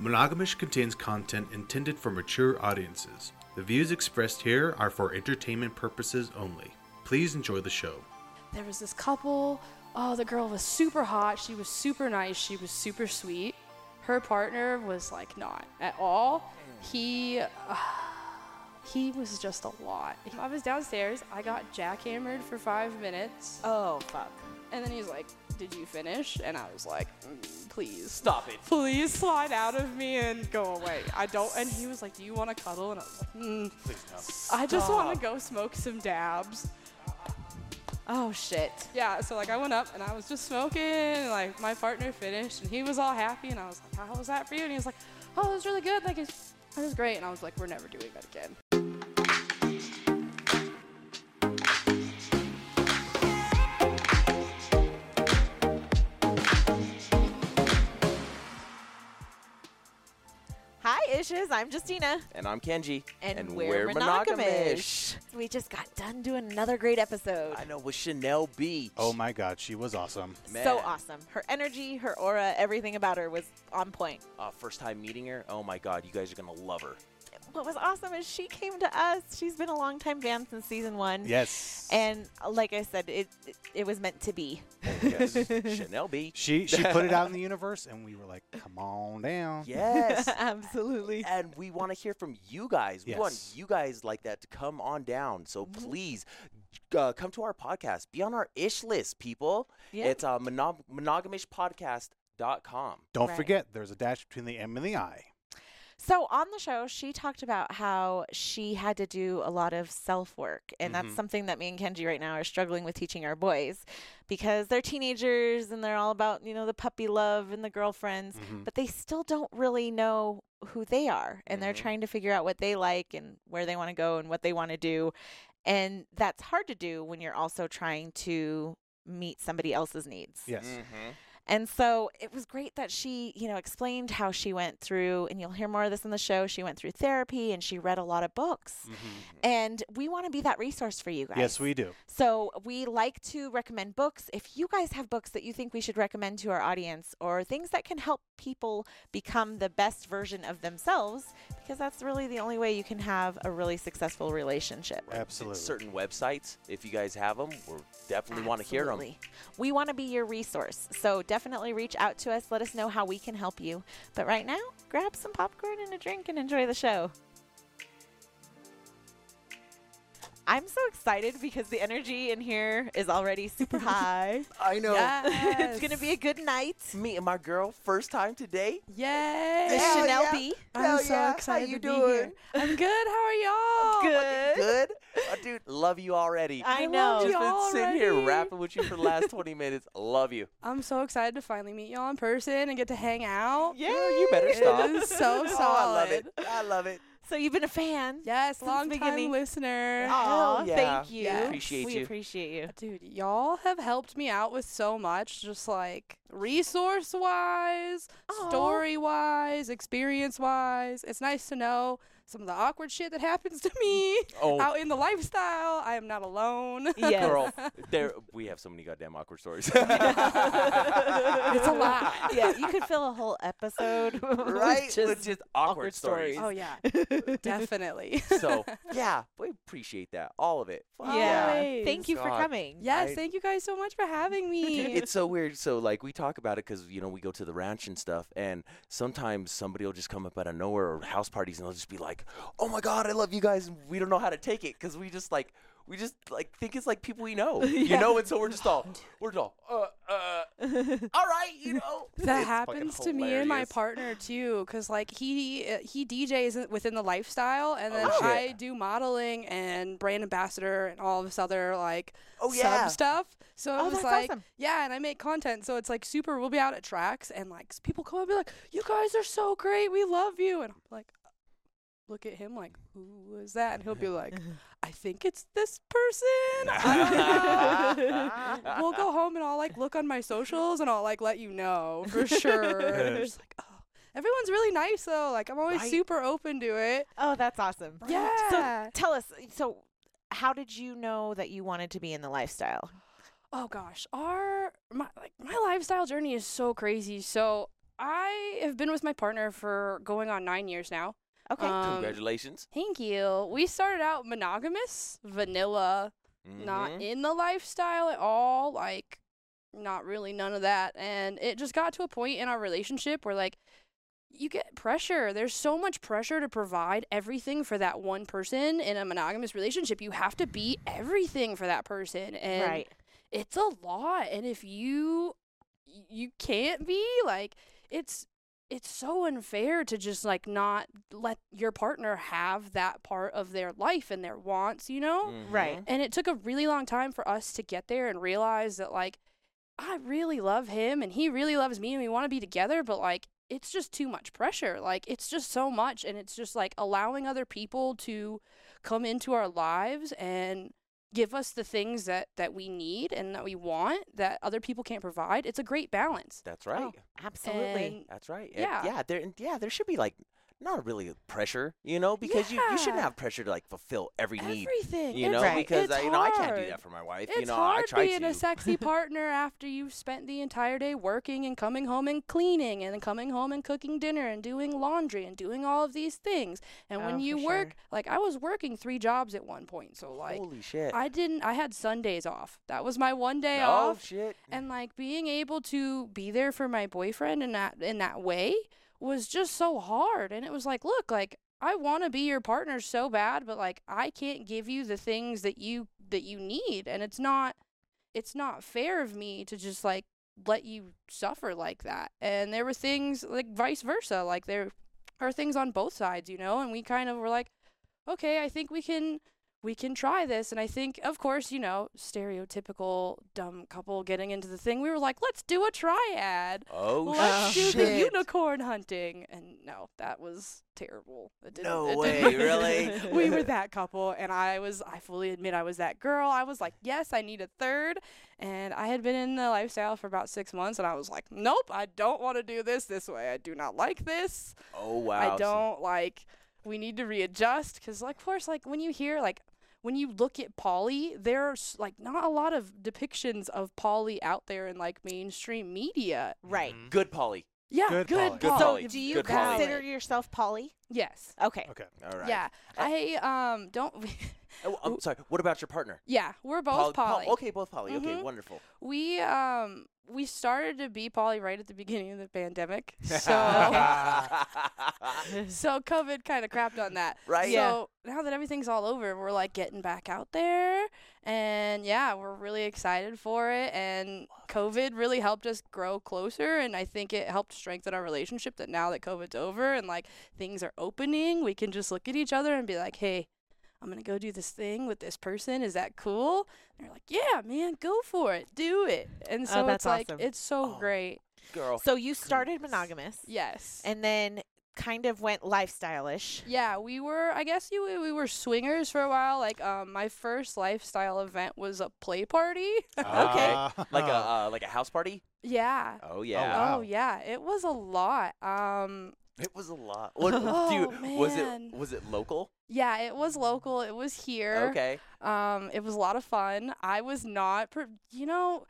Monogamish contains content intended for mature audiences. The views expressed here are for entertainment purposes only. Please enjoy the show. there was this couple. Oh, the girl was super hot. She was super nice. She was super sweet. Her partner was like not at all. He uh, he was just a lot. I was downstairs. I got jackhammered for five minutes, Oh fuck. and then he's like, "Did you finish?" And I was like, "Mm, "Please Stop it. Please slide out of me and go away. I don't." And he was like, "Do you want to cuddle?" And I was like, mm, "I just want to go smoke some dabs." Oh shit. Yeah, so like I went up and I was just smoking, and like my partner finished and he was all happy and I was like, How was that for you? And he was like, Oh, it was really good, like it's it was great and I was like, We're never doing that again. Hi, Ishes. I'm Justina. And I'm Kenji. We just got done doing another great episode. I know with Chanel B. Oh my god, she was awesome. So awesome. Her energy, her aura, everything about her was on point. Uh, first time meeting her. Oh my god, you guys are gonna love her. What was awesome is she came to us. She's been a longtime fan since season one. Yes. And like I said, it it, it was meant to be. Oh, Yes. Chanel B. she she put it out in the universe and we were like, come on down. Yes. Absolutely. and we want to hear from you guys. We want Yes. you guys like that to come on down. So Mm-hmm. please uh, come to our podcast. Be on our ish list, people. Yeah. It's uh, monog- monogamishpodcast.com. Don't Right. forget, there's a dash between the M and the I. So on the show, she talked about how she had to do a lot of self work, and that's something that me and Kenji right now are struggling with teaching our boys, because they're teenagers and they're all about you know the puppy love and the girlfriends, Mm-hmm. but they still don't really know who they are, and they're Mhm. trying to figure out what they like and where they want to go and what they want to do, and that's hard to do when you're also trying to meet somebody else's needs. Yes. Mm-hmm. Mm-hmm. And so it was great that she, you know, explained how she went through, and you'll hear more of this in the show. She went through therapy and she read a lot of books. And we want to be that resource for you guys. Mm-hmm. Yes, we do. So we like to recommend books. If you guys have books that you think we should recommend to our audience or things that can help people become the best version of themselves, because that's really the only way you can have a really successful relationship. Absolutely. Certain websites, if you guys have them, we definitely want to hear them. Absolutely. We want to be your resource. So definitely reach out to us. Let us know how we can help you. But right now, grab some popcorn and a drink and enjoy the show. I'm so excited because the energy in here is already super high. I know. it's going to be a good night. Me and my girl, first time today. Yay! Hell Chanel yeah. B. I'm Hell so yeah. How excited you to be doing? here. I'm good, how are y'all? good. good. Oh, dude, love you already. I I know. love you. just been sitting here already. rapping with you for the last 20 minutes. Love you. I'm so excited to finally meet y'all in person and get to hang out. Yeah, you better stop. It is so Oh, solid. I love it. I love it. So you've been a fan. Yes, Since long time beginning. listener. Hell Aw, yeah. Thank you. Yeah. Appreciate we you. appreciate you. Dude, y'all have helped me out with so much, just like resource wise, Aw. story wise, experience wise. It's nice to know some of the awkward shit that happens to me Oh. out in the lifestyle. I am not alone. Yes. Girl, there we have so many goddamn awkward stories. it's a lot. yeah, you could fill a whole episode right? with just awkward awkward, stories. Oh, yeah. Definitely. So yeah, we appreciate that. All of it. Fuck Yeah. Always. Thank you for God. coming. Yes, I- thank you guys so much for having me. It's so weird. So like we talk about it because you know we go to the ranch and stuff, and sometimes somebody will just come up out of nowhere or house parties, and they'll just be like, "Oh my god, I love you guys," and we don't know how to take it because we just like we just like think it's like people we know, you know, and so we're just all we're just all uh uh, all right, you know. that It's fucking happens to me and my hilarious. partner too because like he uh, he djs in- within the lifestyle and then Oh, shit. i do modeling and brand ambassador and all this other like Oh, yeah. sub stuff so it Oh, was that's like awesome. yeah and i make content so it's like super we'll be out at tracks and like s- people come up and be like you guys are so great we love you and i'm like uh, look at him like who was that and he'll be like i think it's this person I don't know." we'll go home and I'll like look on my socials and I'll like let you know for sure. And I'm just like, oh, everyone's really nice though. Like I'm always Right. super open to it. Oh, that's awesome. Yeah. So tell us. So, how did you know that you wanted to be in the lifestyle? oh gosh, our my like my lifestyle journey is so crazy. So I have been with my partner for going on nine years now. Okay. Um, Congratulations. Thank you. We started out monogamous, vanilla, not Mhm. in the lifestyle at all like not really none of that and it just got to a point in our relationship where like you get pressure there's so much pressure to provide everything for that one person in a monogamous relationship you have to be everything for that person and right. it's a lot and if you you can't be like it's it's so unfair to just like not let your partner have that part of their life and their wants you know Right. and it took a really long time for us to get there and realize that, like, I really love him and he really loves me and we want to be together, but like, it's just too much pressure. Like, it's just so much. And it's just like allowing other people to come into our lives and give us the things that, that we need and that we want that other people can't provide. It's a great balance. That's right. Oh, Absolutely. And That's right. And Yeah. yeah. There. and Yeah. There should be like not really a pressure, you know, because you, you shouldn't Yeah. have pressure to like fulfill every need, everything. you It's- know, Right. because it's I, you know I can't do hard. that for my wife. It's you know, hard I try being to. a sexy partner after you've spent the entire day working and coming home and cleaning and then coming home and cooking dinner and doing laundry and doing all of these things. And Oh, when for you work, sure. like I was working three jobs at one point, so like Holy shit. I didn't. I had Sundays off. That was my one day oh off. shit. And like being able to be there for my boyfriend in that in that way was just so hard. And it was like, look, like I want to be your partner so bad, but like I can't give you the things that you that you need, and it's not it's not fair of me to just like let you suffer like that. And there were things like vice versa, like there are things on both sides, you know. And we kind of were like, okay, I think we can we can try this. And I think, of course, you know, stereotypical dumb couple getting into the thing. We were like, let's do a triad. oh let's do shit. the unicorn hunting. And no, that was terrible. It didn't, No it way, didn't- really? we were that couple, and I was, I fully admit I was that girl. I was like, yes, I need a third. And I had been in the lifestyle for about six months, and I was like, nope, I don't want to do this this way. I do not like this. Oh wow. I so- don't like. We need to readjust because, like, of course, like when you hear like when you look at Polly, there's like not a lot of depictions of Polly out there in like mainstream media. Mm-hmm. Right. Good Polly. Yeah, Good good, Polly. Good Polly. So, Mm-hmm. Polly. do you Good Polly. consider yourself poly? Yes. Okay. Okay. All right. Uh, Yeah. I um don't. Oh, I'm sorry. What about your partner? yeah, we're both Pol- Pol- Polly. okay, both Polly. Okay, Mhm. wonderful. We um we started to be Polly right at the beginning of the pandemic, so. right. So COVID kind of crapped on that. Yeah. So now that everything's all over, we're like getting back out there, and yeah, we're really excited for it. And COVID really helped us grow closer, and I think it helped strengthen our relationship. That now that COVID's over and like things are opening, we can just look at each other and be like, hey. I'm gonna go do this thing with this person. Is that cool? And they're like, "Yeah, man, go for it, do it." And so Oh, that's it's like awesome. it's so Oh. great. Girl. So you started monogamous Yes. and then kind of went lifestyle-ish. Yeah, we were. I guess you we were swingers for a while. Like, um, my first lifestyle event was a play party. like a uh, like a house party? yeah. Oh yeah. wow. Oh yeah, it was a lot. Um, It was a lot. What, Oh, dude, was man. it was it local? yeah, it was local. It was here. Okay. Um, it was a lot of fun. I was not, pre- you know,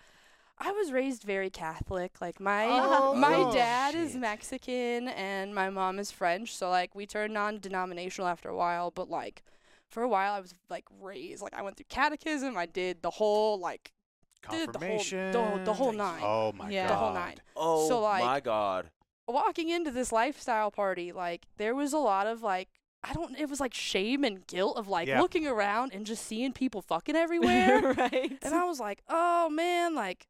I was raised very Catholic. Like my Oh, my Oh, dad is shit. Mexican and my mom is French, so like we turned non-denominational after a while, but like for a while I was like raised like I went through catechism, I did the whole like Dude, the whole- Confirmation. the whole- the whole nine. Oh my Yeah. god. the whole nine. Oh like- my god. walking into this lifestyle party, like there was a lot of like I don't it was like shame and guilt of like Yeah. looking around and just seeing people fucking everywhere. right. and I was like, "Oh man, like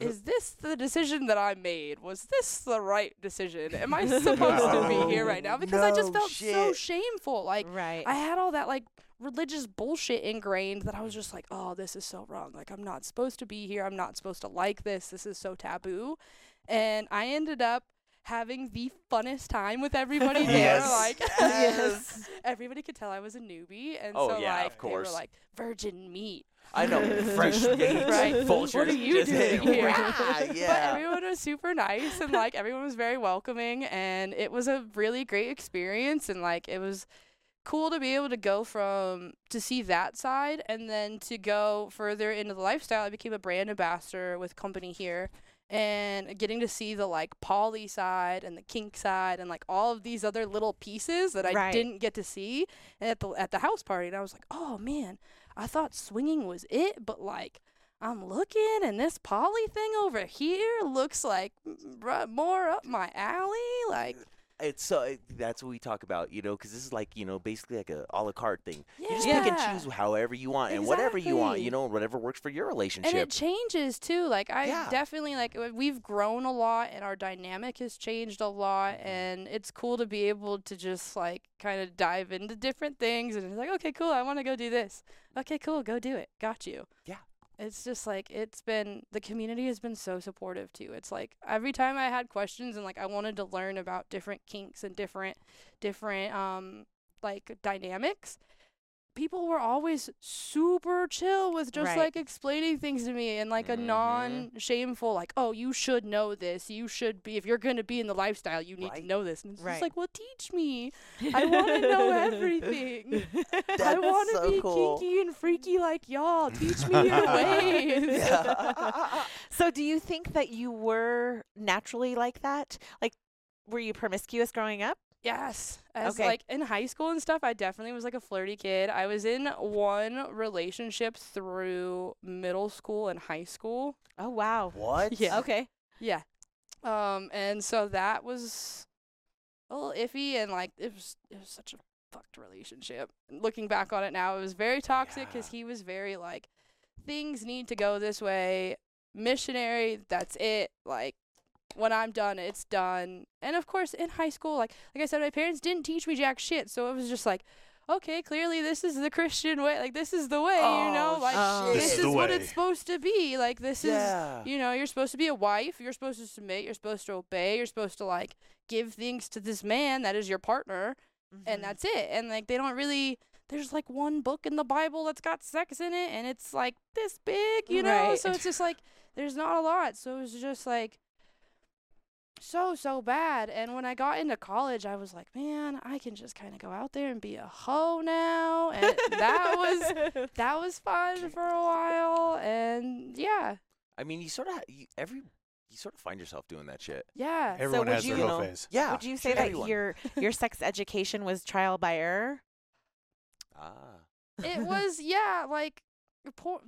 is this the decision that I made? Was this the right decision? Am I supposed to be here right now?" No, Because I just no felt so shit. shameful. Like right. I had all that like religious bullshit ingrained that I was just like, oh, this is so wrong. Like, I'm not supposed to be here. I'm not supposed to like this. This is so taboo. And I ended up having the funnest time with everybody there. Yes. Like, Yes. everybody could tell I was a newbie. And Oh, so, yeah, of like, they were course. like, virgin meat. I know. Fresh meat. Right. What Vultures. are you just doing hitting- here? Yeah. But yeah. everyone was super nice and like everyone was very welcoming and it was a really great experience and like it was cool to be able to go from to see that side and then to go further into the lifestyle. I became a brand ambassador with company here and getting to see the like poly side and the kink side and like all of these other little pieces that I Right. didn't get to see at the at the house party and I was like, "Oh man, I thought swinging was it, but like I'm looking and this poly thing over here looks like m- r- more up my alley like It's so it, that's what we talk about, you know, because this is like you know basically like a a la carte thing. yeah. You just pick and choose however you want and whatever you want, you Exactly. know, whatever works for your relationship. And it changes too. Like I Yeah. definitely like w- we've grown a lot and our dynamic has changed a lot Mm-hmm. and it's cool to be able to just like kind of dive into different things and it's like, okay, cool, I want to go do this. Okay, cool, go do it. Got you. Yeah. It's just like it's been the community has been so supportive too. It's like every time I had questions and like I wanted to learn about different kinks and different different um like dynamics people were always super chill with just Right. like explaining things to me in like a Mhm. non shameful like oh you should know this you should be if you're going to be in the lifestyle you need Right. to know this and it's just Right. like well teach me I wanna know everything. i That's want to so be cool. kinky and freaky like y'all teach me your ways so, do you think that you were naturally like that? Like, were you promiscuous growing up? Yes. As Okay. like in high school and stuff, I definitely was like a flirty kid. I was in one relationship through middle school and high school. Oh wow. What? Yeah. Okay. Yeah. Um, and so that was a little iffy and like it was it was such a fucked relationship. Looking back on it now, it was very toxic because he was very like things need to go this way, missionary, that's it. Like when I'm done, it's done. And of course, in high school, like like I said, my parents didn't teach me jack shit, so it was just like, okay, clearly this is the Christian way. Like this is the way, you know, like Oh, this This is is, the what way. it's supposed to be. Like this is Yeah. you know, you're supposed to be a wife. You're supposed to submit. You're supposed to obey. You're supposed to like give things to this man that is your partner, Mm-hmm. and that's it. And like they don't really. There's like one book in the Bible that's got sex in it, and it's like this big, you know. Right. So it's just like there's not a lot. So it was just like so so bad. And when I got into college, I was like, man, I can just kind of go out there and be a hoe now, and that was was that was fun for a while. And yeah, I mean, you sort of you, every you sort of find yourself doing that shit. yeah. Everyone would has you- their you whole know, phase. Yeah. Would you say that everyone. your your sex education was trial by error? Ah. it was yeah like porn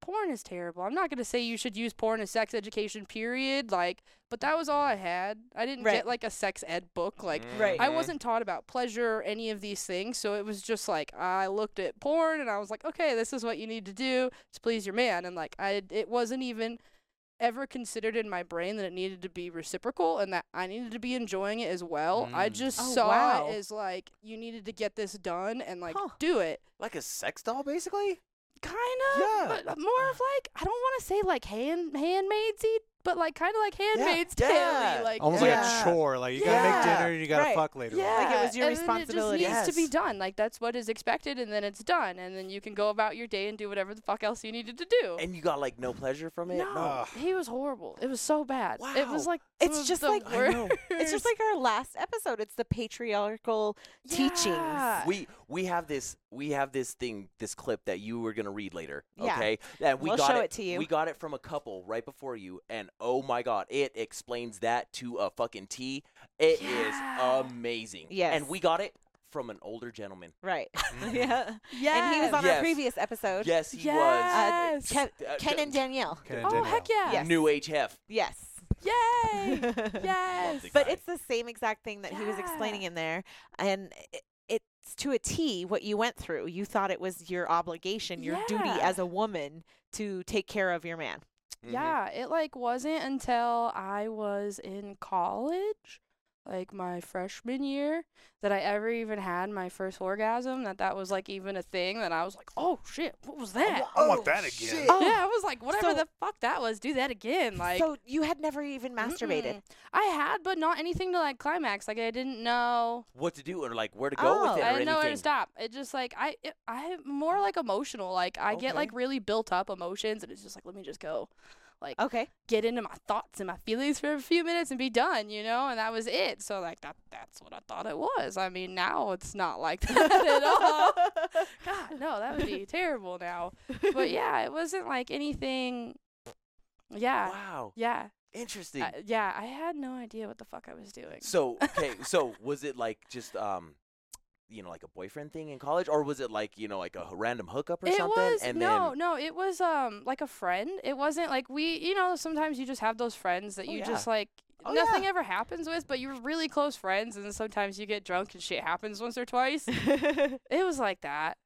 porn is terrible i'm not going to say you should use porn as sex education period like but that was all i had i didn't Right. get like a sex ed book like Mm-hmm. Right. i wasn't taught about pleasure or any of these things so it was just like i looked at porn and i was like okay this is what you need to do to please your man and like i it wasn't even ever considered in my brain that it needed to be reciprocal and that I needed to be enjoying it as well. I Mm. just Oh, saw wow. it as like you needed to get this done and like Huh. do it like a sex doll, basically. kind of Yeah. but uh, more of like i don't want to say like hand handmaid's eat but like kind of like handmaid's yeah. tale like Almost Yeah. like a chore. Like you gotta Yeah. make dinner and you gotta Right. fuck later. on. yeah Like, it was your and then responsibility. it just needs to be Yes. done like that's what is expected and then it's done and then you can go about your day and do whatever the fuck else you needed to do And you got like no pleasure from it. no he was horrible it was so bad it was Wow. like some It's of just the like- I know. It's worst- just like our last episode. It's the patriarchal teachings. Yeah. We we have this we have this thing this clip that you were gonna read later. Yeah. Okay. That we We'll got show it to you. We got it from a couple right before you, and oh my god, it explains that to a fucking T. It is Yeah. amazing. Yes. And we got it from an older gentleman. Right. yeah. yes. And he was on Yes. our previous episode. Mm-hmm. Yes, he yes Ken, was. Uh, Oh, Ken d- and Danielle. Okay, oh Danielle. heck yeah Yes. New Age Hef. Yes. yay Love yes the But guy. it's the same exact thing that he was explaining Yeah. in there. And it, it's to a T what you went through. You thought it was your obligation, your duty Yeah. as a woman to take care of your man. Mhm. Yeah, it like wasn't until I was in college, like my freshman year, that I ever even had my first orgasm. That that was like even a thing. That I was like, oh shit, what was that? I want that again. shit. Oh, yeah, I was like, whatever so- the fuck that was, do that again. Like, so you had never even masturbated. mm-mm. I had, but not anything to like climax. Like I didn't know. What to do or like where to go Oh. with it or I didn't anything. know where to stop. It just like I, it, I'm more like emotional. Like I get Okay. like really built up emotions, and it's just like let me just go. Like Okay. get into my thoughts and my feelings for a few minutes and be done, you know? And that was it. So like that that's what I thought it was. I mean, now it's not like that at all. God, no, that would be terrible now. But yeah, it wasn't like anything Yeah. Wow. Yeah. Interesting. Uh, yeah, I had no idea what the fuck I was doing. So okay, so was it like just um, you know, like a boyfriend thing in college, or was it like you know, like a h- random hookup or it something? was and no, then no, it was um like a friend. It wasn't like we, you know, sometimes you just have those friends that Oh, you yeah. just like Oh, nothing yeah. ever happens with, but you're really close friends, and sometimes you get drunk and shit happens once or twice. okay. it was like that.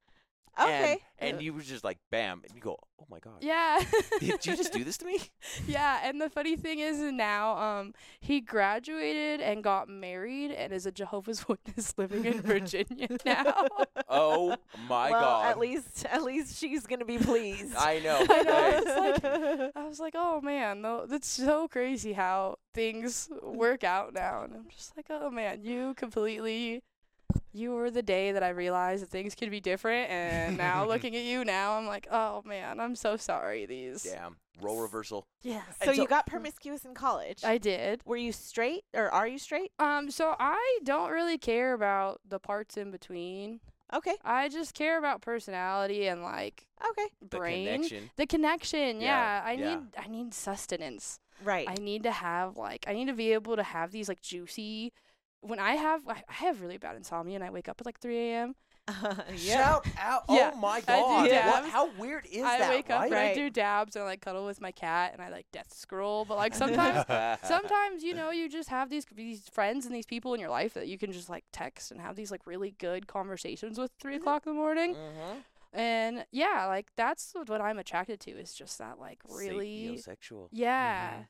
and, and Uh, you were just like bam, and you go, oh my god, Yeah. did you just do this to me? yeah, and the funny thing is now um he graduated and got married and is a Jehovah's Witness living in Virginia now. Oh my well, god. at least at least she's gonna be pleased. I know. I know, right. it's I was like, "Oh man, tho- that's so crazy how things work out now." And I'm just like, "Oh man, you completely you were the day that I realized that things could be different and now looking at you now, I'm like, "Oh man, I'm so sorry these." Damn. Role reversal. Yeah. so so- you got promiscuous in college. Hmm. I did. Were you straight or are you straight? Um, so I don't really care about the parts in between. Okay. I just care about personality and like Okay. brain. The connection. The connection, Yeah, yeah. I yeah. need I need sustenance. Right. I need to have like I need to be able to have these like juicy when I have I I have really bad insomnia and I wake up at like three AM. yeah. Shout out. Yeah, Oh my I do god. What, dabs. how weird is I that? wake up right? and I Right. do dabs and I like cuddle with my cat and I like death scroll. But like sometimes Uh, sometimes you know you just have these these friends and these people in your life that you can just like text and have these like really good conversations with three o'clock in the morning Mhm. and yeah like that's what- what i'm attracted to is just that like really Sapiosexual. yeah,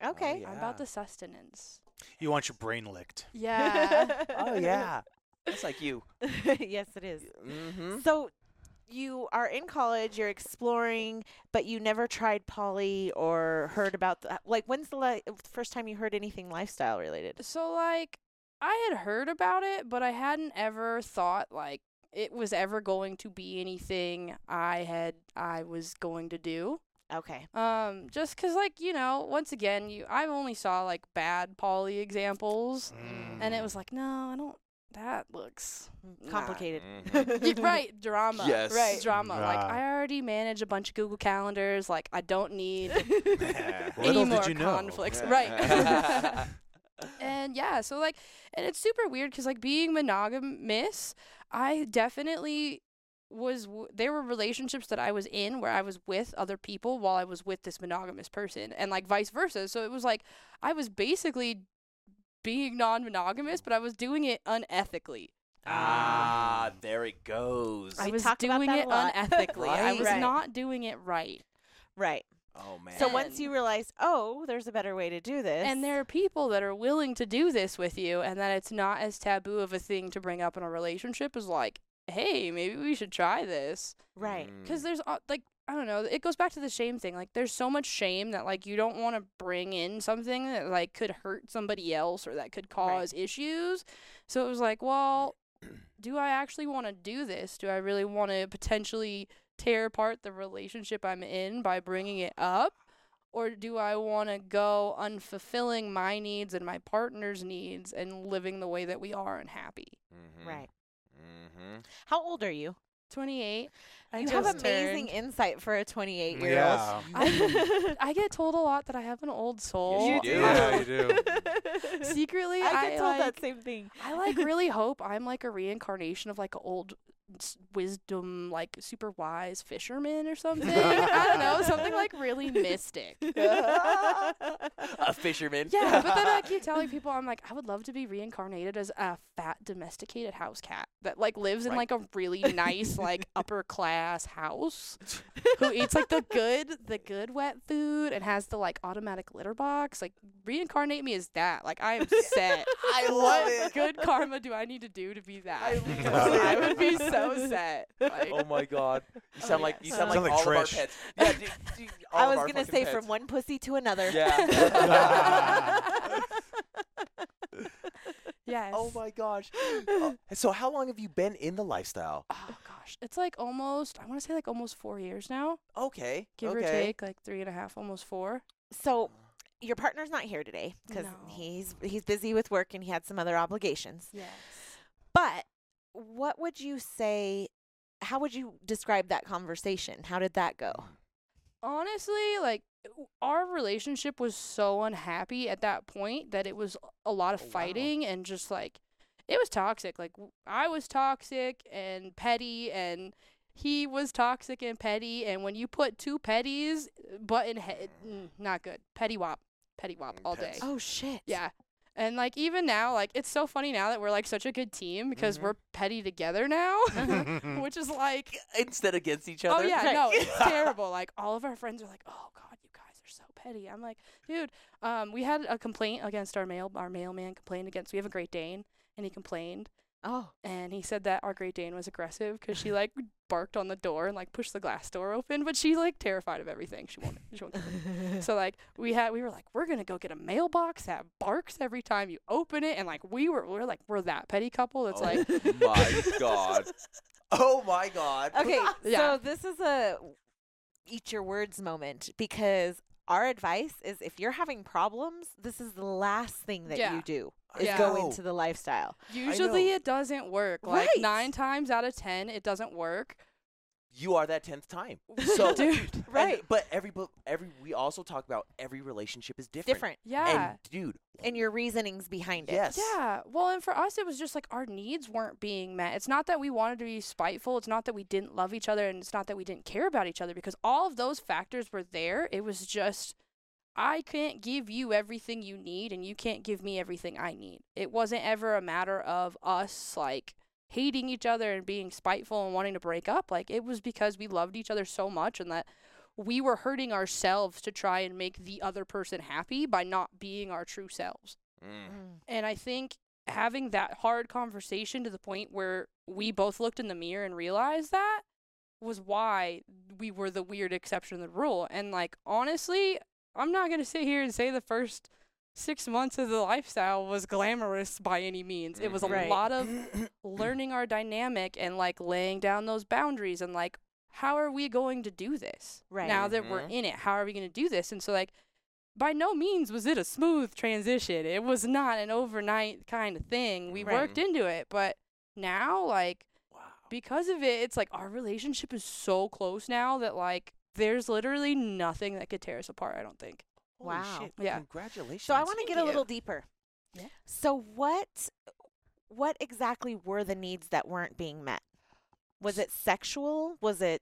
Oh, Okay. i'm about yeah. the sustenance You want your brain licked. yeah Oh yeah. That's like you. yes, it is. Mm-hmm. So you are in college, you're exploring, but you never tried poly or heard about the, like when's the li- first time you heard anything lifestyle related? so like i had heard about it but i hadn't ever thought like it was ever going to be anything i had i was going to do Okay. Um, just 'cause like you know, once again, you I only saw like bad poly examples, and Mm. it was like, no, I don't. That looks Nah. Mm-hmm. Complicated. Y- right drama. Yes. right drama. Like Right. I already manage a bunch of Google calendars. Like I don't need Little any more did you know. conflicts. Right. and yeah, so like, and it's super weird because like being monogamous, I definitely was w- there were relationships that I was in where I was with other people while I was with this monogamous person and like vice versa. So it was like I was basically being non-monogamous, but I was doing it unethically. ah, there it goes. Um, I We was talked about doing that it a lot. unethically. I Right. was Right. not doing it right. Right. oh man. So once you And- realize, oh, there's a better way to do this. And there are people that are willing to do this with you, and that it's not as taboo of a thing to bring up in a relationship is like, hey, maybe we should try this. Mm-hmm. Right. Because there's uh, like, I don't know, it goes back to the shame thing. Like, there's so much shame that, like, you don't want to bring in something that, like, could hurt somebody else or that could cause issues. So it was like, well, do I actually want to do this? Do I really want to potentially tear apart the relationship I'm in by bringing it up? Or do I want to go unfulfilling my needs and my partner's needs and living the way that we are and happy? Mm-hmm. Right. Mm-hmm. How old are you? 28. I you have just amazing turned- insight for a 28 year Mm. Yeah. old. I get told a lot that I have an old soul. You do. Yeah, you do. Secretly, I I, get told like, that same thing. I like really hope I'm like a reincarnation of like an old s- wisdom, like super wise fisherman or something. I don't know, something like really mystic. A fisherman. Yeah, but then I keep telling people I'm like I would love to be reincarnated as a fat domesticated house cat that like lives in like Right. a really nice like upper class house who eats like the good the good wet food and has the like automatic litter box. Like reincarnate me as that. Like I am set. I love what it. good karma do I need to do to be that? I love it. I would be so set. Like, Oh my god. You sound like you yes. sound like, Sound like all Trish. of our pets. Yeah, dude, dude, all I of was our gonna fucking say pets. from one pussy to another. Yeah. yes. oh my gosh. Uh, so how long have you been in the lifestyle? Oh gosh, it's like almost. I want to say like almost four years now, Okay. give okay. or take, like three and a half, almost four. so your partner's not here today because No. he's he's busy with work and he had some other obligations. Yes. But what would you say? How would you describe that conversation? How did that go? honestly, like w- our relationship was so unhappy at that point that it was a lot of Oh, wow. fighting and just like it was toxic. Like w- I was toxic and petty and he was toxic and petty and when you put two petties uh, butt in head mm, not good. Petty wop. Petty wop all day. Mm, Pets. Oh shit. Yeah. And like even now, like it's so funny now that we're like such a good team because Mhm. we're petty together now. Which is like Instead against each Oh other. yeah, Right. no, it's terrible. Like all of our friends are like, "Oh God, you guys are so petty." I'm like, "Dude, um, we had a complaint against our mail. Our mailman complained against. We have a Great Dane, and he complained, Oh. and he said that our Great Dane was aggressive because she like barked on the door and like pushed the glass door open, but she's like terrified of everything. She won't. She won't. Come in. so like we had, we were like, "We're gonna go get a mailbox that barks every time you open it," and like we were, we are like, we're that petty couple. That's oh like, my god. Oh my god. Okay, Yeah. so this is a eat your words moment because our advice is if you're having problems, this is the last thing that Yeah. you do I is go know. into the lifestyle. usually know. it doesn't work. Like Right. nine times out of ten, it doesn't work. You are that tenth time. So dude, and- Right. but every bu- every we also talk about every relationship is different. Different. yeah, And dude, And your reasonings behind it. yes. yeah. Well, and for us, it was just like our needs weren't being met. It's not that we wanted to be spiteful. It's not that we didn't love each other, and it's not that we didn't care about each other because all of those factors were there. It was just I can't give you everything you need, and you can't give me everything I need. It wasn't ever a matter of us like hating each other and being spiteful and wanting to break up. Like it was because we loved each other so much, and that. We were hurting ourselves to try and make the other person happy by not being our true selves. Mm. Mm. And I think having that hard conversation to the point where we both looked in the mirror and realized that was why we were the weird exception to the rule. And like honestly, I'm not gonna sit here and say the first six months of the lifestyle was glamorous by any means. It was a Mhm. Right. lot of learning our dynamic and like laying down those boundaries and like how are we going to do this Right. Mm-hmm. now that we're Mhm. in it how are we going to do this and so like by no means was it a smooth transition it was not an overnight kind of thing we Right. worked into it but now like Wow. because of it it's like our relationship is so close now that like there's literally nothing that could tear us apart i don't think Holy Wow. shit, Yeah. Congratulations. So I want to Thank get a you. little deeper. Yeah. So what what exactly were the needs that weren't being met? Was it sexual? Was it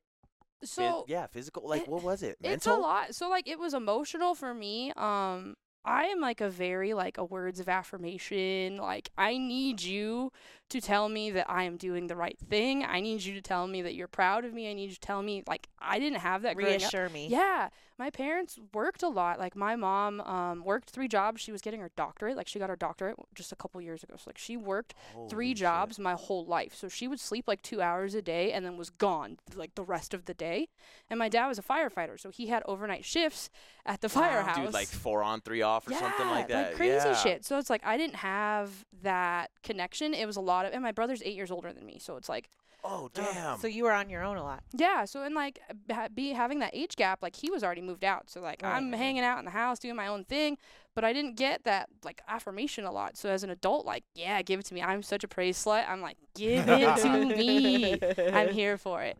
Phy- so yeah, physical. Like, it- what was it? It's a Mental. lot. So like it was emotional for me. Um I am like a very like a words of affirmation. Like I need you to tell me that I am doing the right thing. I need you to tell me that you're proud of me. I need you to tell me like I didn't have that growing up. reassure me? Yeah, my parents worked a lot. Like my mom um, worked three jobs. She was getting her doctorate. Like she got her doctorate just a couple years ago. So like she worked Holy three shit. jobs my whole life. So she would sleep like two hours a day and then was gone like the rest of the day. And my dad was a firefighter, so he had overnight shifts at the firehouse. Dude, like four on, three off, or yeah, something like that. crazy yeah. shit. So it's like I didn't have that connection. It was a lot of, and my brother's eight years older than me, so it's like Oh Oh, damn. So you were on your own a lot. yeah. So and like ha- be having that age gap, like he was already moved out, so Oh, like Right. I'm hanging out in the house doing my own thing, but I didn't get that like affirmation a lot. So as an adult, like yeah, give it to me. I'm such a praise slut. I'm like give it to me. I'm here for it.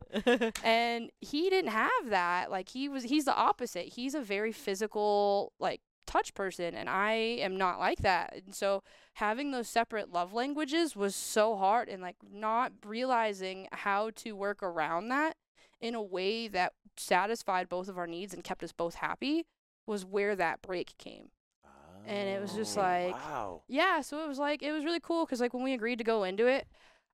And he didn't have that. Like he was he's the opposite. He's a very physical like touch person and I am not like that. And so having those separate love languages was so hard and like not realizing how to work around that in a way that satisfied both of our needs and kept us both happy was where that break came. And it was just Oh, like- Wow. Yeah, so it was like it was really cool because like when we agreed to go into it,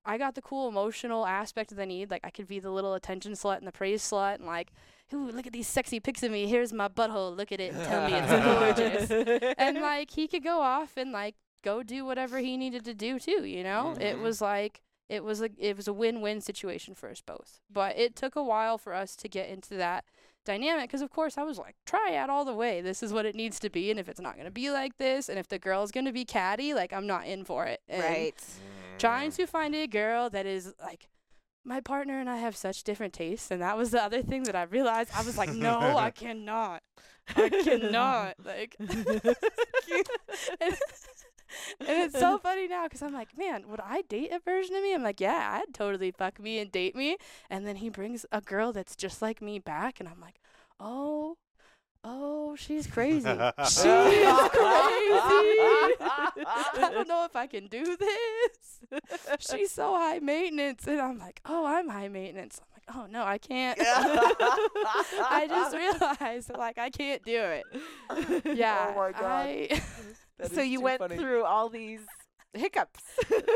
I got the cool emotional aspect that I need. Like I could be the little attention slut and the praise slut, and like, ooh, look at these sexy pics of me. Here's my butthole. Look at it and tell me it's gorgeous. and like he could go off and like go do whatever he needed to do too. You know, it Mhm. was like it was like it was a win-win situation for us both. But it took a while for us to get into that dynamic because of course I was like try out all the way this is what it needs to be and if it's not going to be like this and if the girl's going to be catty like I'm not in for it and right. Mm. trying to find a girl that is like my partner and I have such different tastes and that was the other thing that I realized I was like no I cannot I cannot like and, and it's so funny now because I'm like man would I date a version of me I'm like yeah I'd totally fuck me and date me and then he brings a girl that's just like me back and I'm like oh, oh, she's crazy. she is crazy. I don't know if I can do this. She's so high maintenance. And I'm like, oh, I'm high maintenance. I'm like, oh, no, I can't. I just realized, like, I can't do it. Yeah. Oh my God. I- That Uh-huh. so is you too went funny. through all these hiccups.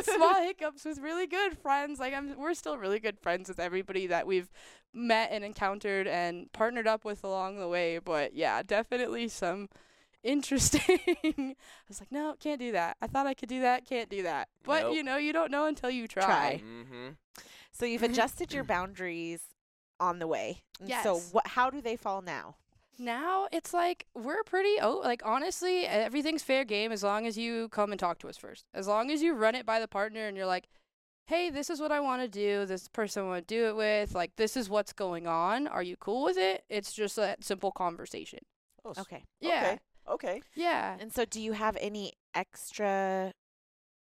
small hiccups with really good friends. Like I'm, we're still really good friends with everybody that we've met and encountered and partnered up with along the way. But yeah, definitely some interesting. I was like, no, can't do that. I thought I could do that, can't do that. But Nope. you know, you don't know until you try. Try. Mm-hmm. So you've adjusted your boundaries on the way. And So Yes. what, how do they fall now? Now it's like we're pretty oh like honestly everything's fair game as long as you come and talk to us first. As long as you run it by the partner and you're like, "Hey, this is what I want to do. This person I want to do it with. Like this is what's going on. Are you cool with it?" It's just a simple conversation. Oh, s- Okay. Yeah. Okay. Yeah. And so do you have any extra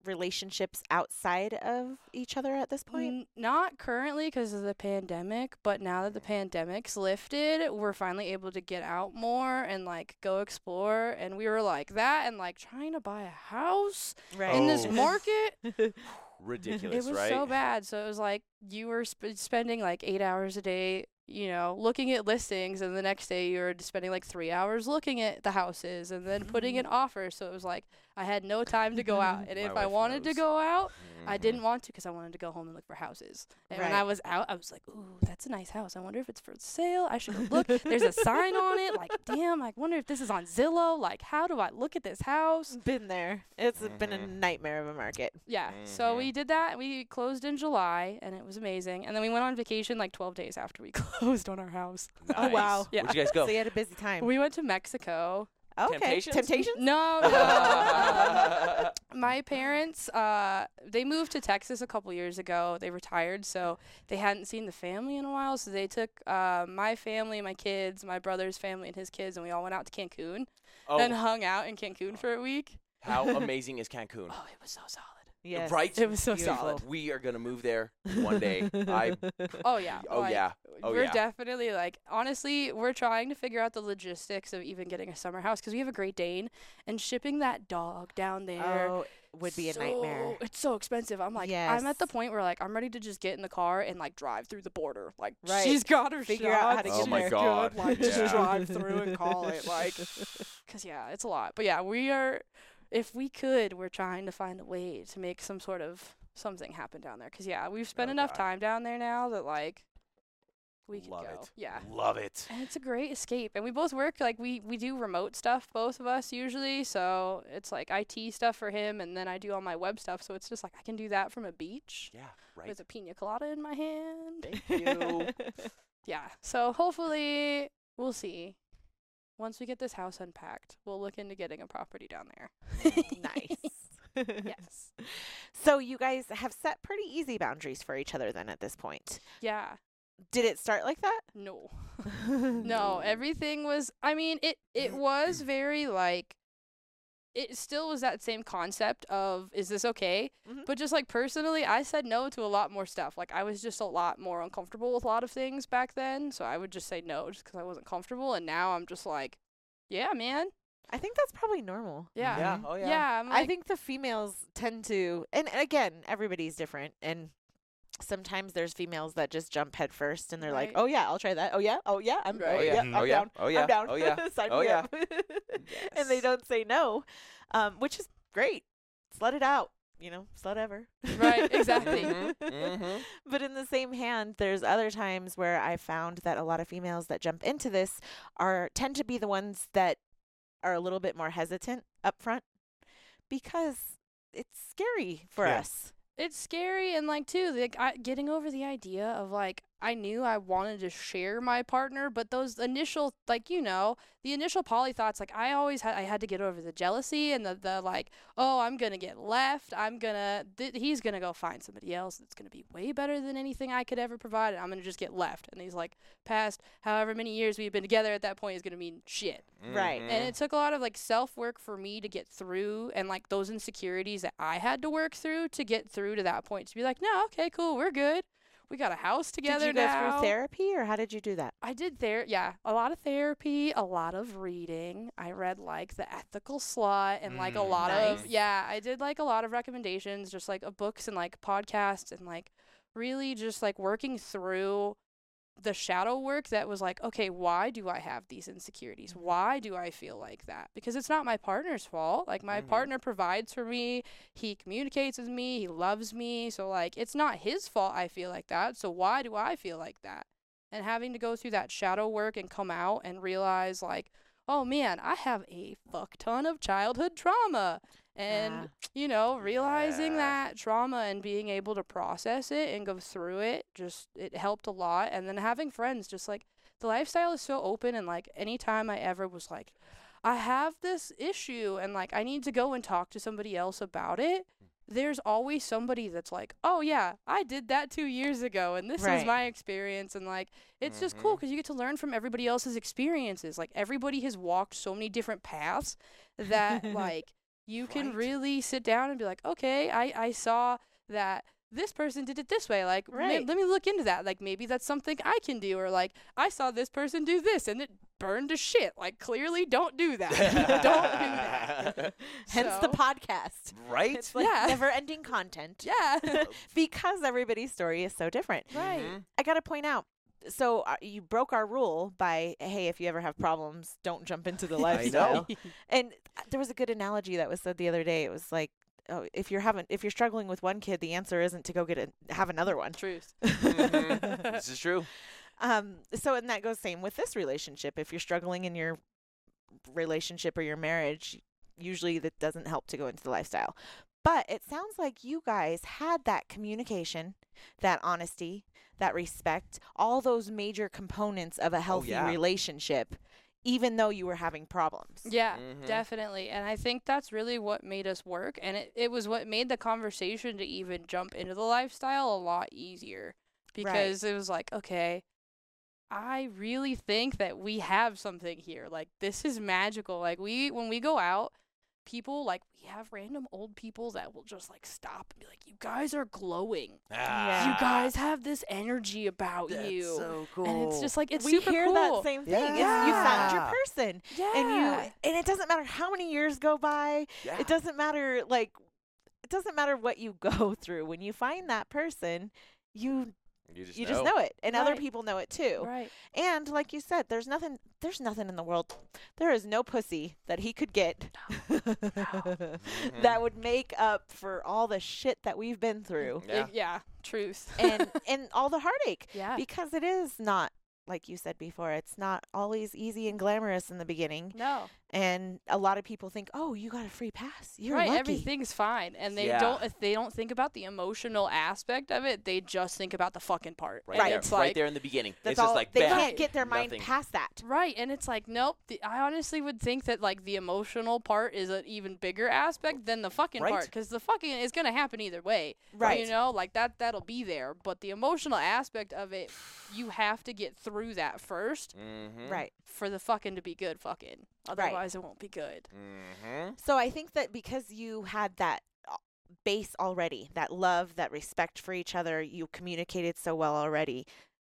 relationships outside of each other at this point? N- not currently because of the pandemic, but now Mm-hmm. that the pandemic's lifted, we're finally able to get out more and like go explore. And we were like that and like trying to buy a house Right. Mm, in this Oh. market. Ridiculous, it was right? so bad. So it was like you were sp- spending like eight hours a day, you know, looking at listings, and the next day you were spending like three hours looking at the houses and then putting in offers. So it was like I had no time to go out, and My if I wife wanted knows. to go out, I Mhm. didn't want to because I wanted to go home and look for houses. And when Right. I was out, I was like, "Ooh, that's a nice house. I wonder if it's for sale. I should go look. There's a sign on it. Like, damn, I wonder if this is on Zillow. Like, how do I look at this house?" Been there. It's been a Mhm. nightmare of a market. Yeah. So Mhm. we did that. We closed in July and it was amazing. And then we went on vacation like 12 days after we closed on our house. Oh, wow. Mm. Nice. Yeah. Where'd you guys go? So you had a busy time. We went to Mexico. okay. Temptations? Temptations? No, no. um, my parents, uh, they moved to Texas a couple years ago. They retired, so they hadn't seen the family in a while. So they took uh, my family, my kids, my brother's family, and his kids, and we all went out to Cancun and oh, hung out in Cancun for a week. how amazing is Cancun? Oh, it was so solid. Yes. Right? It was so Beautiful. solid. We are gonna move there one day. I. Oh yeah. Oh like, yeah. Oh, we're yeah. definitely like honestly, we're trying to figure out the logistics of even getting a summer house because we have a Great Dane, and shipping that dog down there Oh, would be a nightmare. so- It's so expensive. I'm like, I'm at the Yes. point where like I'm ready to just get in the car and like drive through the border. Like Right. she's got her Figure out how to shots, get she's in there. Oh my good, Like God, yeah. just drive through and call it. Like, cause yeah, it's a lot. But yeah, we are. If we could, we're trying to find a way to make some sort of something happen down there. Cause yeah, we've spent Oh, enough God. time down there now that like we could Love go. it. Yeah. Love it. And it's a great escape. And we both work like we we do remote stuff, both of us usually. So it's like IT stuff for him, and then I do all my web stuff. So it's just like I can do that from a beach Yeah. Right. with a pina colada in my hand. you. Yeah. So hopefully we'll see. Once we get this house unpacked, we'll look into getting a property down there. nice. yes. So you guys have set pretty easy boundaries for each other then at this point. Yeah. Did it start like that? No. No, everything was. I mean, it it was very like. It still was that same concept of is this okay? Mm-hmm. Mhm. But just like personally, I said no to a lot more stuff. Like I was just a lot more uncomfortable with a lot of things back then, so I would just say no just because I wasn't comfortable. And now I'm just like, yeah, man, I think that's probably normal. yeah, Yeah. Mhm. Oh yeah. yeah. I'm I like, think the females tend to, and and again, everybody's different, and sometimes there's females that just jump head first, and they're like, Right. "Oh yeah, I'll try that. Oh yeah, oh yeah, I'm, oh Right. yeah, Mhm. I'm Oh yeah. down, Oh yeah. I'm down, Oh yeah. sign Oh, me yeah. up," and they Yes. don't say no, um, which is great. Slut it out, you know, slut ever. Right, exactly. Mhm, mhm. But in the same hand, there's other times where I found that a lot of females that jump into this are tend to be the ones that are a little bit more hesitant up front because it's scary for Yeah. us. it's scary and like too like I, getting over the idea of like i knew i wanted to share my partner but those initial like you know the initial poly thoughts like i always had i had to get over the jealousy and the, the like oh i'm gonna get left i'm gonna th- he's gonna go find somebody else that's gonna be way better than anything i could ever provide and i'm gonna just get left and these like past however many years we've been together at that point is gonna mean shit Right. Mm-hmm. and it took a lot of like self work for me to get through and like those insecurities that I had to work through to get through to that point to be like, no, okay, cool, we're good. we got a house together Did you go now. through therapy or how did you do that? I did there, yeah, a lot of therapy, a lot of reading. I read like The Ethical Slut and like a Mm. lot Nice. of yeah, I did like a lot of recommendations just like of books and like podcasts and like really just like working through the shadow work that was like, okay, why do I have these insecurities? Why do I feel like that? Because it's not my partner's fault. Like my Mhm. partner provides for me, he communicates with me, he loves me. So like it's not his fault I feel like that. So why do I feel like that? and having to go through that shadow work and come out and realize like oh man i have a fuck ton of childhood trauma and Yeah. you know realizing Yeah. that trauma and being able to process it and go through it just it helped a lot and then having friends just like the lifestyle is so open and like anytime i ever was like i have this issue and like i need to go and talk to somebody else about it there's always somebody that's like, oh yeah, I did that two years ago, and this Right. is my experience, and like it's just cool because you get to learn from everybody else's experiences. Like everybody has walked so many different paths that like you can Right. really sit down and be like, okay, I I saw that this person did it this way like ma- Right. let me look into that like maybe that's something i can do or like i saw this person do this and it burned to shit like clearly don't do that don't do that Hence the So- podcast. right? It's like Yeah. never ending content. yeah because everybody's story is so different. right Mhm. I got to point out. So uh, you broke our rule by, hey, if you ever have problems, don't jump into the lifestyle. And uh, there was a good analogy that was said the other day. It was like, oh, if you're having, if you're struggling with one kid, the answer isn't to go get a, have another one. truth Mhm. this is true. Um, so and that goes same with this relationship. If you're struggling in your relationship or your marriage, usually that doesn't help to go into the lifestyle. But it sounds like you guys had that communication, that honesty, that respect, all those major components of a healthy Oh, yeah. relationship, even though you were having problems. Yeah, Mhm. definitely. And I think that's really what made us work. And it, it was what made the conversation to even jump into the lifestyle a lot easier because it was like, okay, I really think that we have something here. Like, this is magical. Like, we, when we go out, people, like, we have random old people that will just, like, stop and be like, you guys are glowing. You Ah, guys have this energy about that's you. so cool. And it's just like, it's we super hear cool. that same thing. It's, you found your Yeah. person, yeah. and you, and it doesn't matter how many years go by. Yeah. It doesn't matter like it doesn't matter what you go through when you find that person, you You just you know. just know it and other Right. people know it too. Right. And like you said, there's nothing there's nothing in the world. There is no pussy that he could get that would make up for all the shit that we've been through Yeah. Yeah. yeah. Truth. and and all the heartache Yeah. because it is not like you said before, it's not always easy and glamorous in the beginning. No. And a lot of people think, "Oh, you got a free pass. You're right. lucky." Everything's fine, and they Yeah. don't. If they don't think about the emotional aspect of it, they just think about the fucking part. Right, Right. There, It's right like there in the beginning. That's it's all. just like they bam. can't get their mind Nothing. past that. Right, and it's like, nope. The, I honestly would think that like the emotional part is an even bigger aspect than the fucking Right. part, because the fucking is gonna happen either way. Right. You know, like that that'll be there, but the emotional aspect of it, you have to get through that first Mhm. Right. for the fucking to be good fucking. Otherwise, it won't be good. Mhm. So I think that because you had that uh, base already, that love, that respect for each other, you communicated so well already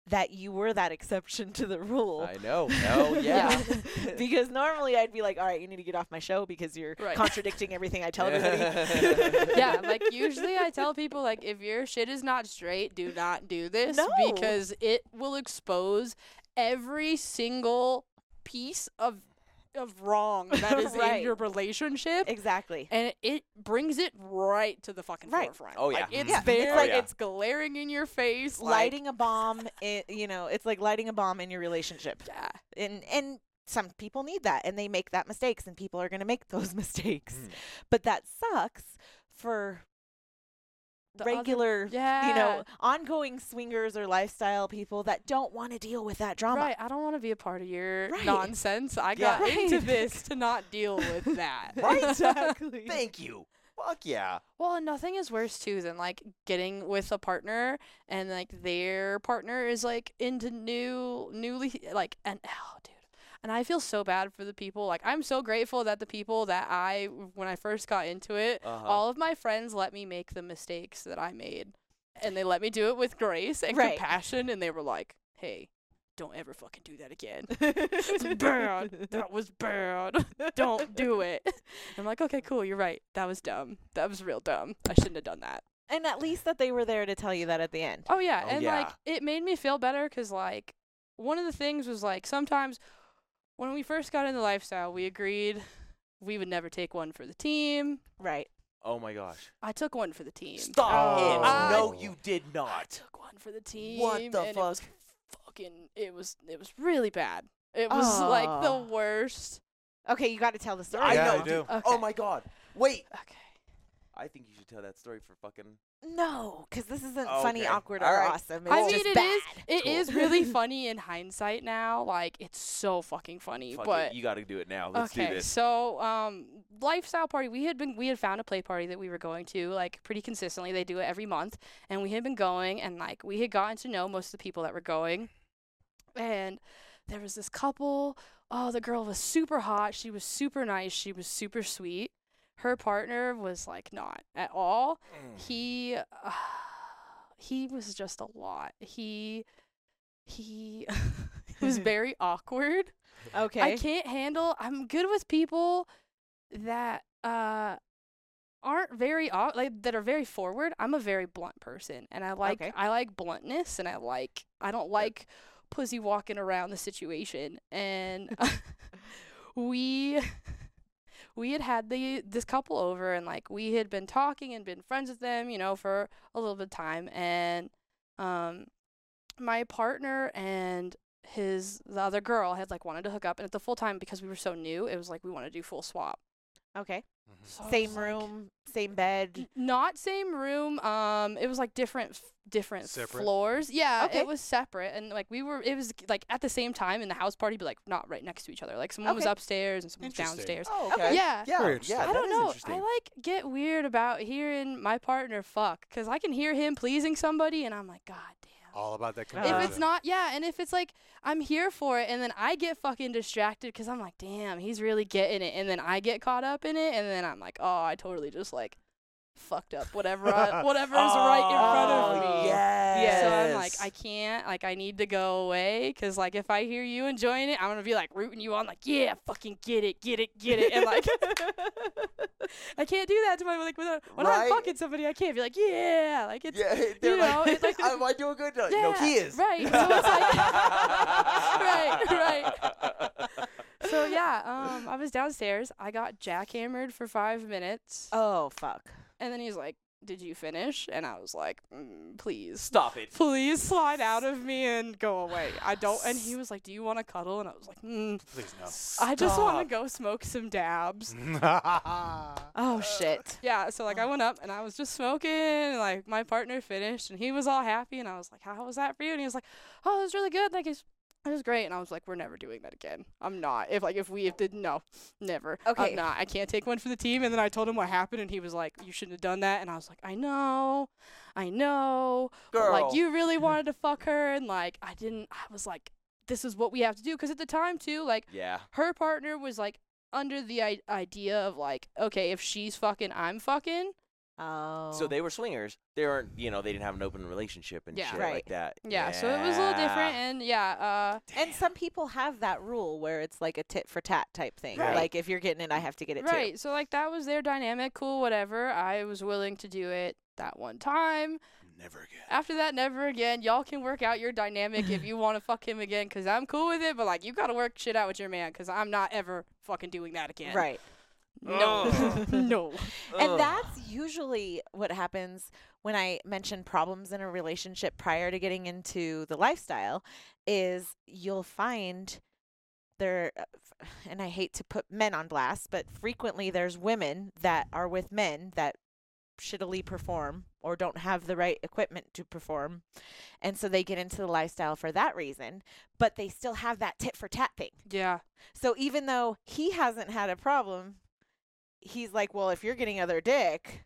that you were that exception to the rule. I know. No. Yeah. because normally I'd be like, all right, you need to get off my show because you're Right. contradicting everything I tell everybody. yeah, like usually I tell people like if your shit is not straight, do not do this No. because it will expose every single piece of of wrong that is Right. in your relationship. Exactly. and it brings it right to the fucking Right. forefront. Oh, Like, yeah. it's Yeah, it's there. like- Oh, yeah. It's glaring in your face. like- lighting a bomb, i you know, it's like lighting a bomb in your relationship. yeah. and and some people need that and they make that mistakes and people are going to make those mistakes Mm. but that sucks for The other- regular you Yeah. know ongoing swingers or lifestyle people that don't want to deal with that drama Right. I don't want to be a part of your Right. nonsense. I Yeah. got into Right. this to not deal with that. exactly Thank you. Fuck yeah. Well, and nothing is worse too than like getting with a partner and like their partner is like into new, newly like and oh, dude. And I feel so bad for the people. Like I'm so grateful that the people that I when I first got into it, Uh-huh. all of my friends let me make the mistakes that I made. and they let me do it with grace and Right. compassion, and they were like, "Hey, don't ever fucking do that again. It's bad. That was bad. Don't do it." I'm like, "Okay, cool. You're right. That was dumb. That was real dumb. I shouldn't have done that." And at least that they were there to tell you that at the end. Oh yeah, Oh, and like yeah. it made me feel better because like one of the things was like sometimes when we first got into lifestyle, we agreed we would never take one for the team. Right. Oh my gosh. I took one for the team. Stop Oh. it. I- No, you did I not. took one for the team. What the and It was fuck? fucking. It was. It was really bad. It was like Aw. the worst. Okay, you got to tell the story. I Yeah, know. I dude. do. Okay. Oh my god. Wait. Okay. I think you should tell that story for fucking. No, because this isn't Oh, funny, okay. awkward, All or right. awesome. It's I mean, just it is. bad. It Cool. is really funny in hindsight now. Like it's so fucking funny. Fuck but it. You got to do it now. Let's okay, do this. so um, lifestyle party. We had been we had found a play party that we were going to like pretty consistently. They do it every month, and we had been going, and like we had gotten to know most of the people that were going, and there was this couple. Oh, the girl was super hot. She was super nice. She was super sweet. Her partner was like not at all. Mm-hmm. He uh, he was just a lot. He he was very awkward. Okay. I can't handle. I'm good with people that uh aren't very au- like that are very forward. I'm a very blunt person, and I like Okay. I like bluntness, and I like I don't like pussy walking around the situation. And we we had had the this couple over, and like we had been talking and been friends with them, you know, for a little bit of time, and um my partner and his the other girl had like wanted to hook up and at the full time because we were so new it was like we want to do full swap okay. So I was Same like- room, same bed. N- not same room um it was like different f- different Separate? floors yeah Okay. it was separate and like we were it was like at the same time in the house party but like not right next to each other like someone was Okay. upstairs and someone was Interesting. downstairs Oh, okay. yeah Yeah. Very yeah interesting. I that don't is know. interesting. I like get weird about hearing my partner fuck because I can hear him pleasing somebody and I'm like, God damn. All about that If Uh, comparison. If it's not, yeah, and if it's like I'm here for it, and then I get fucking distracted because I'm like, damn, he's really getting it, and then I get caught up in it, and then I'm like, oh, I totally just like fucked up whatever I, whatever is right in front of Oh, me. Yes. So I'm like, I can't, like, I need to go away, cause like if I hear you enjoying it, I'm gonna be like rooting you on, like, yeah, fucking get it, get it, get it, and like, I can't do that to my like without, when I'm Right? fucking somebody, I can't be like, yeah, like it's Yeah, they're know, it's like- am I doing good? No, no, Yeah, he is. right. So it's like- Right, So yeah, um, I was downstairs. I got jackhammered for five minutes, Oh fuck. and then he's like, "Did you finish?" And I was like, mm, "Please, Stop it. please slide out of me and go away. I don't." And he was like, "Do you want to cuddle?" And I was like, mm, Please "I just want Stop. to go smoke some dabs." no. Oh shit. Uh, Yeah, so like I went up and I was just smoking, and like my partner finished and he was all happy, and I was like, "How was that for you?" And he was like, "Oh, it was really good. Like it's, it was great." And I was like, "We're never doing that again. I'm not. If like if we if did no, never. Okay. I'm not. I can't take one for the team." And then I told him what happened, and he was like, "You shouldn't have done that." And I was like, "I know, I know. but, Girl. like you really wanted to fuck her, and like I didn't. I was like, this is what we have to do. Because at the time too, like." Yeah. her partner was like under the I- idea of like, okay, if she's fucking, I'm fucking. Oh. So they were swingers. They weren't, you know, they didn't have an open relationship and Yeah. shit Right. like that. Yeah, so it was a little different, and yeah, uh, And some people have that rule where it's like a tit for tat type thing. Right. Like if you're getting it, I have to get it right. So like that was their dynamic, cool, whatever. I was willing to do it that one time. Never again. After that, never again. Y'all can work out your dynamic if you want to fuck him again, cause I'm cool with it. But like, you gotta work shit out with your man, cause I'm not ever fucking doing that too. again. Right. No. no. And that's usually what happens when I mention problems in a relationship prior to getting into the lifestyle is you'll find there uh, and I hate to put men on blast, but frequently there's women that are with men that shittily perform or don't have the right equipment to perform. And so they get into the lifestyle for that reason, but they still have that tit for tat thing. Yeah. So even though he hasn't had a problem, he's like, well, if you're getting other dick,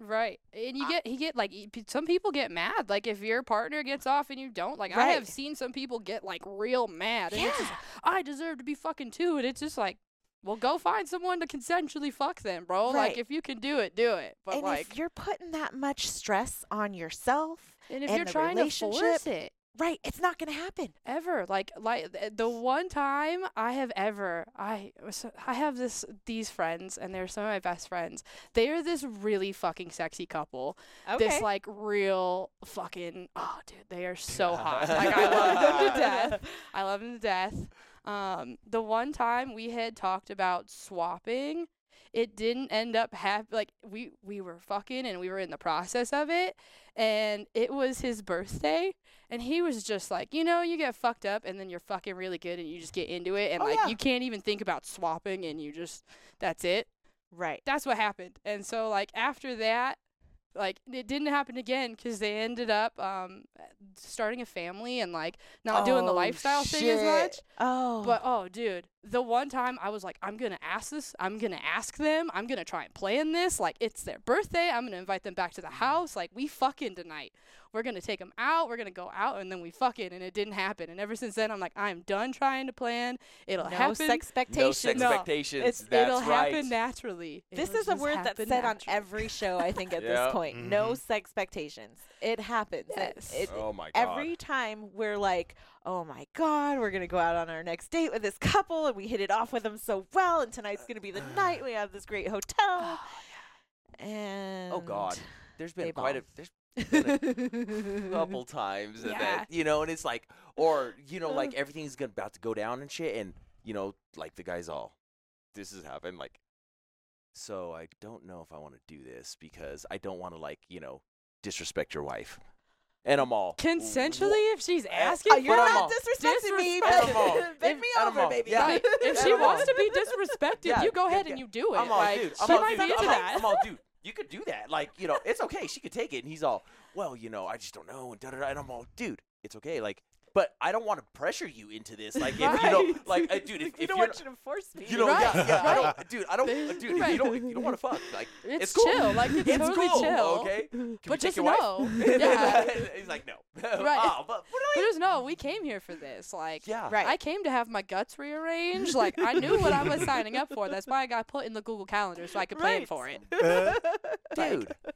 Right. And you I- get, he get like, e- p- some people get mad. Like, if your partner gets off and you don't, like, I Right. have seen some people get, like, real mad. And it's just, I deserve to be fucking too. And it's just like, Well, go find someone to consensually fuck then, bro. Right. Like if you can do it, do it. But and like, if you're putting that much stress on yourself, and if and you're the trying to force relationship- it, right, it's not going to happen. ever like like th- the one time i have ever i was- i have this these friends and they're some of my best friends they are this really fucking sexy couple this like real fucking oh dude they are so hot like i love them to death i love them to death um the one time we had talked about swapping it didn't end up hap- like we we were fucking and we were in the process of it and it was his birthday and he was just like, you know, you get fucked up and then you're fucking really good and you just get into it and Oh, like yeah. you can't even think about swapping and you just that's it. right. That's what happened. And so like after that, like it didn't happen again cuz they ended up um starting a family and like not doing the Oh, lifestyle thing as much. shit. Oh, But oh, dude, the one time I was like, I'm gonna ask this. I'm gonna ask them. I'm gonna try and play in this. Like it's their birthday. I'm gonna invite them back to the house. Like we fucking tonight. We're gonna take them out. We're gonna go out, and then we fucking. And it didn't happen. And ever since then, I'm like, I'm done trying to plan. It'll no happen. No expectations. sex No. expectations. It's, That's it'll right. happen naturally. This It'll is a just word that's happen said on naturally. every show, I think, at Yeah. this point. No sex expectations. It happens. It- Yes. it- oh my god. every time we're like, oh my God, we're going to go out on our next date with this couple and we hit it off with them so well. And tonight's going to be the night. We have this great hotel. Oh, And. oh god. There's been they quite a bomb. there's been a couple times and Yeah. that you know, and it's like or you know, like Ugh. everything's gonna, about to go down and shit, and you know, like the guys all, this has happened. Like, so I don't know if I want to do this because I don't want to like you know disrespect your wife, and I'm all Consensually, if she's asking, Oh, for you're it, But I'm not Eh, all- disrespecting me. Disrespect. Animal. but- Bend me over, Animal. baby. Yeah. Right. If she Animal. wants to be disrespected, Yeah, you go ahead yeah. and you do it. I'm all, like, dude. she I'm all, might dude, be into I'm all- that. I'm all, dude. You could do that. Like, you know, it's okay. She could take it. And he's all, well, you know, I just don't know. And da da da. And I'm all, dude, it's okay. Like, but I don't want to pressure you into this. Like, if you don't, Right. like, uh, dude, if, you if don't you're, want you to force me. you know, Right, yeah, yeah, I right. don't, dude, I don't, uh, dude, if you don't, if you don't want to fuck, like, It's, cool. chill. Like it's, totally cool, chill. okay? Can we But take just your wife? know. yeah. he's like, no. Right. Oh, but what But do I? just know we came here for this. Like Yeah. Right. I came to have my guts rearranged. Like I knew what I was signing up for. That's why I got put in the Google Calendar so I could plan Right. for it. Uh, Dude.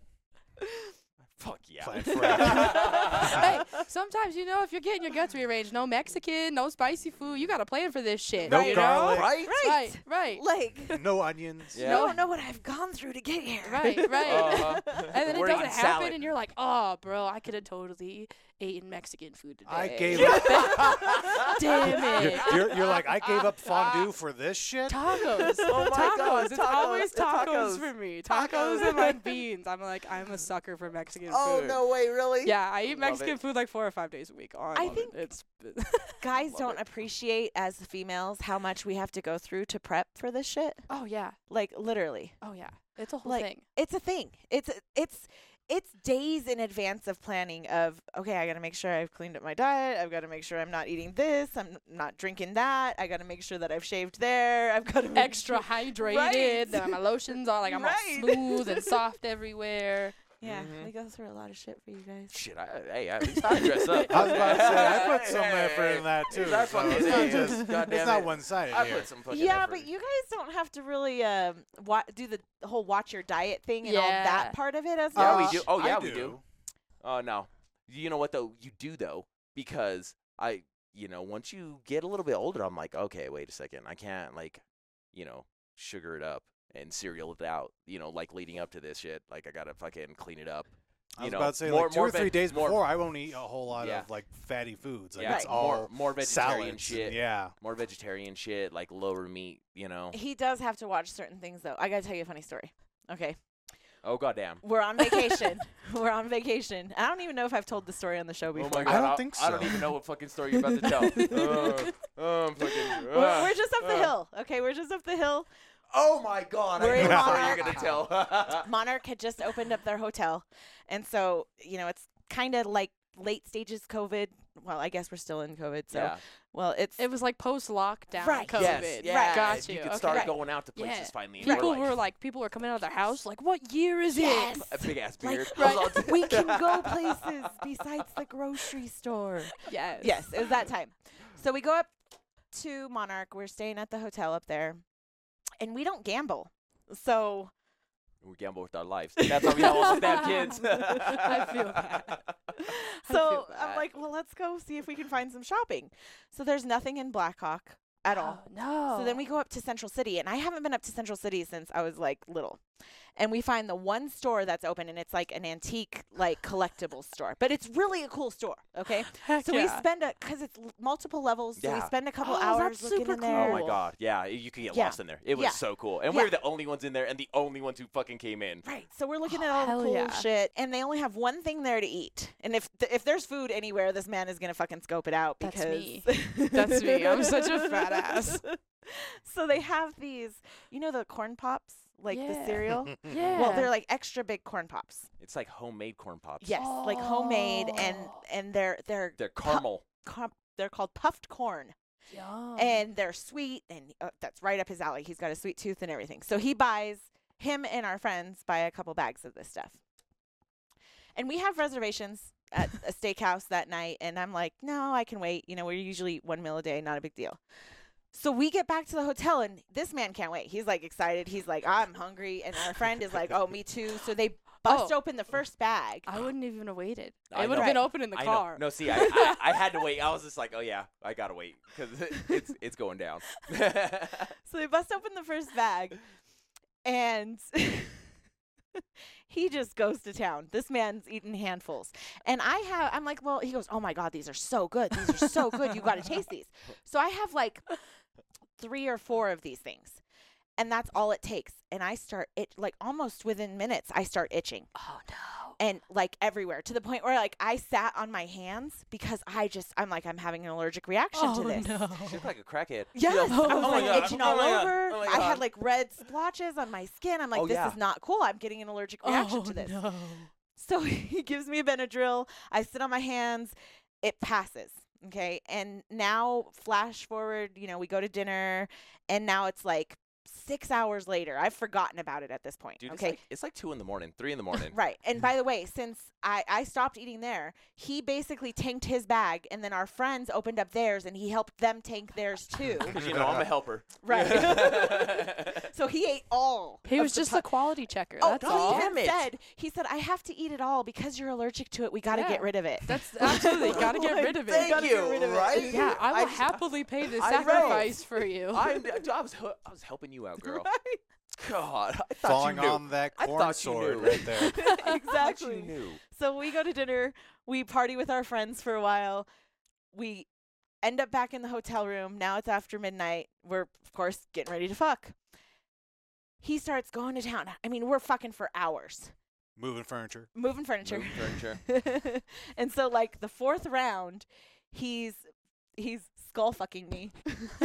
Fuck yeah. Plan for it. hey, sometimes you know if you're getting your guts rearranged, no Mexican, no spicy food, you got to plan for this shit. No you garlic. Right? Know? Right, right, Like, no onions. Yeah. I don't know what I've gone through to get here. right, right. Uh-huh. And then it We're doesn't eating happen, salad. and you're like, "Oh, bro, I could have totally eaten Mexican food today." I gave Damn You're, it! you're, you're like, I gave up fondue for this shit? Tacos. Oh my tacos. God, It's tacos, always tacos, tacos. for me. Tacos, Tacos. and like beans. I'm like, I'm a sucker for Mexican Oh, food. no way, really? Yeah, I eat Love Mexican it. food like four or five days a week. On I I think think- it's Guys Love don't it. appreciate as females how much we have to go through to prep for this shit. oh yeah, Like literally. oh yeah, it's a whole Like, thing. It's a thing. It's a- it's it's days in advance of planning of okay, I got to make sure I've cleaned up my diet. I've got to make sure I'm not eating this. I'm not drinking that. I got to make sure that I've shaved there. I've got to make Extra sure- hydrated. Right. That my lotions are like I'm Right. all smooth and soft everywhere. Yeah, Mhm. we go through a lot of shit for you guys. Shit, I, hey, at least I dress up. I was about to say, I put Hey, some hey, effort hey. in that too. I so fucking it's did. not just, Goddamn it's not it. one sided I here. put some fucking Yeah, effort but in. you guys don't have to really um wa- do the the whole watch your diet thing and all Yeah. that part of it as Yeah, much. we do. Oh, I yeah, we do. Oh, no. You know what, though? You do, though, because I, you know, once you get a little bit older, I'm like, okay, wait a second. I can't, like, you know, sugar it up and cereal it out, you know, like leading up to this shit. Like, I gotta fucking clean it up. I You was know, about to say, more, like, two more or three veg- days more, before, I won't eat a whole lot Yeah. of, like, fatty foods. Like, yeah, it's Right. all more, more vegetarian salads. shit. Yeah. More vegetarian shit, like lower meat, you know? He does have to watch certain things though. I gotta tell you a funny story. Okay. Oh, goddamn. We're on vacation. We're on vacation. I don't even know if I've told the story on the show before. Oh my I god! don't think I don't so. even know what fucking story you're about to tell. Uh, uh, I'm fucking, We're, uh, we're just up the uh. hill. Okay, we're just up the hill. Oh my god! We're I in know what story Monarch. you're gonna tell. Monarch had just opened up their hotel. And so, you know, it's kind of like late stages COVID. Well, I guess we're still in COVID. So, yeah. well, it's. It was like post lockdown Right. COVID. Yes, yeah. Right. Got you. You could okay. start Right. going out to places Yeah. finally. and People we're were like, people were coming out of their house like, "What year is Yes. it?" a big ass like, beard. right. Hold on to- we can go places besides the grocery store. Yes. Yes, it was that time. So we go up to Monarch. We're staying at the hotel up there. and we don't gamble. So We gamble with our lives. That's why we have all those damn kids. I feel bad. feel so I'm bad. like, well, let's go see if we can find some shopping. So there's nothing in Blackhawk at all. Oh, no. So then we go up to Central City, and I haven't been up to Central City since I was like little. And we find the one store that's open, and it's like an antique, like collectible store, but it's really a cool store. Okay, Heck so we yeah. spend a because it's l- multiple levels, so we Yeah. spend a couple Oh, hours that's looking super in there. Oh my Cool. god. Yeah, y- you can get Yeah. lost in there. It was Yeah. so cool. And Yeah. we were the only ones in there and the only ones who fucking came in. Right. So we're looking Oh, at all hell the cool yeah. shit, and they only have one thing there to eat. And if th- if there's food anywhere, this man is gonna fucking scope it out That's because me. That's me. I'm such a fat ass. So they have these, you know, the corn pops, like the Yeah. cereal. yeah. Well, they're like extra big corn pops. It's like homemade corn pops. Yes, like homemade, and Oh. and they're they're They're pu- caramel. com- they're called puffed corn, Yum. and they're sweet, and uh, that's right up his alley. He's got a sweet tooth and everything. So he buys him and our friends buy a couple bags of this stuff, and we have reservations at a steakhouse that night. And I'm like, no, I can wait. You know, we're usually one meal a day, not a big deal. So we get back to the hotel, and this man can't wait. He's like excited. He's like, I'm hungry, and our friend is like, oh, me too. So they bust Oh. open the first bag. I wouldn't even have waited. I it would have been know. open in the I know. car. No, see, I, I, I had to wait. I was just like, oh yeah, I gotta wait because it's it's going down. So they bust open the first bag, and he just goes to town. This man's eating handfuls, and I have. I'm like, well, he goes, oh my god, these are so good. These are so good. You got to taste these. So I have like three or four of these things, and that's all it takes. And I start it like almost within minutes. I start itching Oh no. and like everywhere to the point where like I sat on my hands because I just I'm like I'm having an allergic reaction Oh to this. no. She looked like a crackhead. Yes, Oh I was my like God. itching Oh all my God. over. Oh my I had God. like red splotches on my skin. I'm like, Oh, this yeah. is not cool. I'm getting an allergic reaction oh to this. no. So he gives me a Benadryl. I sit on my hands. It passes. Okay. And now, flash forward, you know, we go to dinner, and now it's like six hours later. I've forgotten about it at this point. Dude, okay. it's like it's like two in the morning, three in the morning. Right. And by the way, since I, I stopped eating there, he basically tanked his bag, and then our friends opened up theirs, and he helped them tank theirs too. Because you know I'm a helper. Right. So he ate all. He of was the just pu- a quality checker. Oh, that's he all. even Damn it. said he said I have to eat it all because you're allergic to it. We got to Yeah. get rid of it. That's absolutely got to get Like, rid of thank it. Gotta get you, rid of it. right? Yeah, I will I just- happily pay this I know. sacrifice for you. I'm, I was hel- I was helping you out, girl. God, I thought Falling you knew. on that I corn thought you sword knew. right there. I thought you exactly. knew. So we go to dinner. We party with our friends for a while. We end up back in the hotel room. Now it's after midnight. We're of course getting ready to fuck. He starts going to town. I mean, we're fucking for hours, Moving furniture. moving furniture. Moving furniture. and so like the fourth round, he's he's skull fucking me.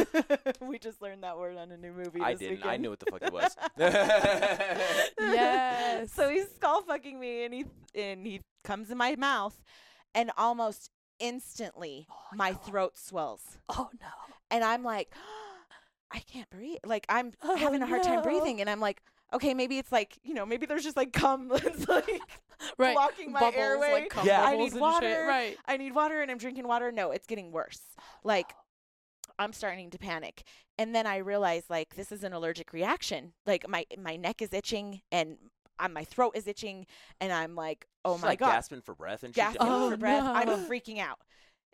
we just learned that word on a new movie. I this didn't. I weekend. knew what the fuck it was. Yes. So he's skull fucking me, and he and he comes in my mouth, and almost instantly my throat swells, oh no. and I'm like, I can't breathe. Like I'm having a hard time Oh, no. breathing, and I'm like. Okay, maybe it's like you know, maybe there's just like cum that's like Right. blocking my bubbles, airway. Like cum Yeah. I bubbles need and water. Shit. Right. I need water and I'm drinking water. No, it's getting worse. Like I'm starting to panic. And then I realize like this is an allergic reaction. Like my my neck is itching and uh, my throat is itching and I'm like, "Oh She's, my like god." gasping for breath and shit. Gasping Oh, for breath. I'm no. freaking out.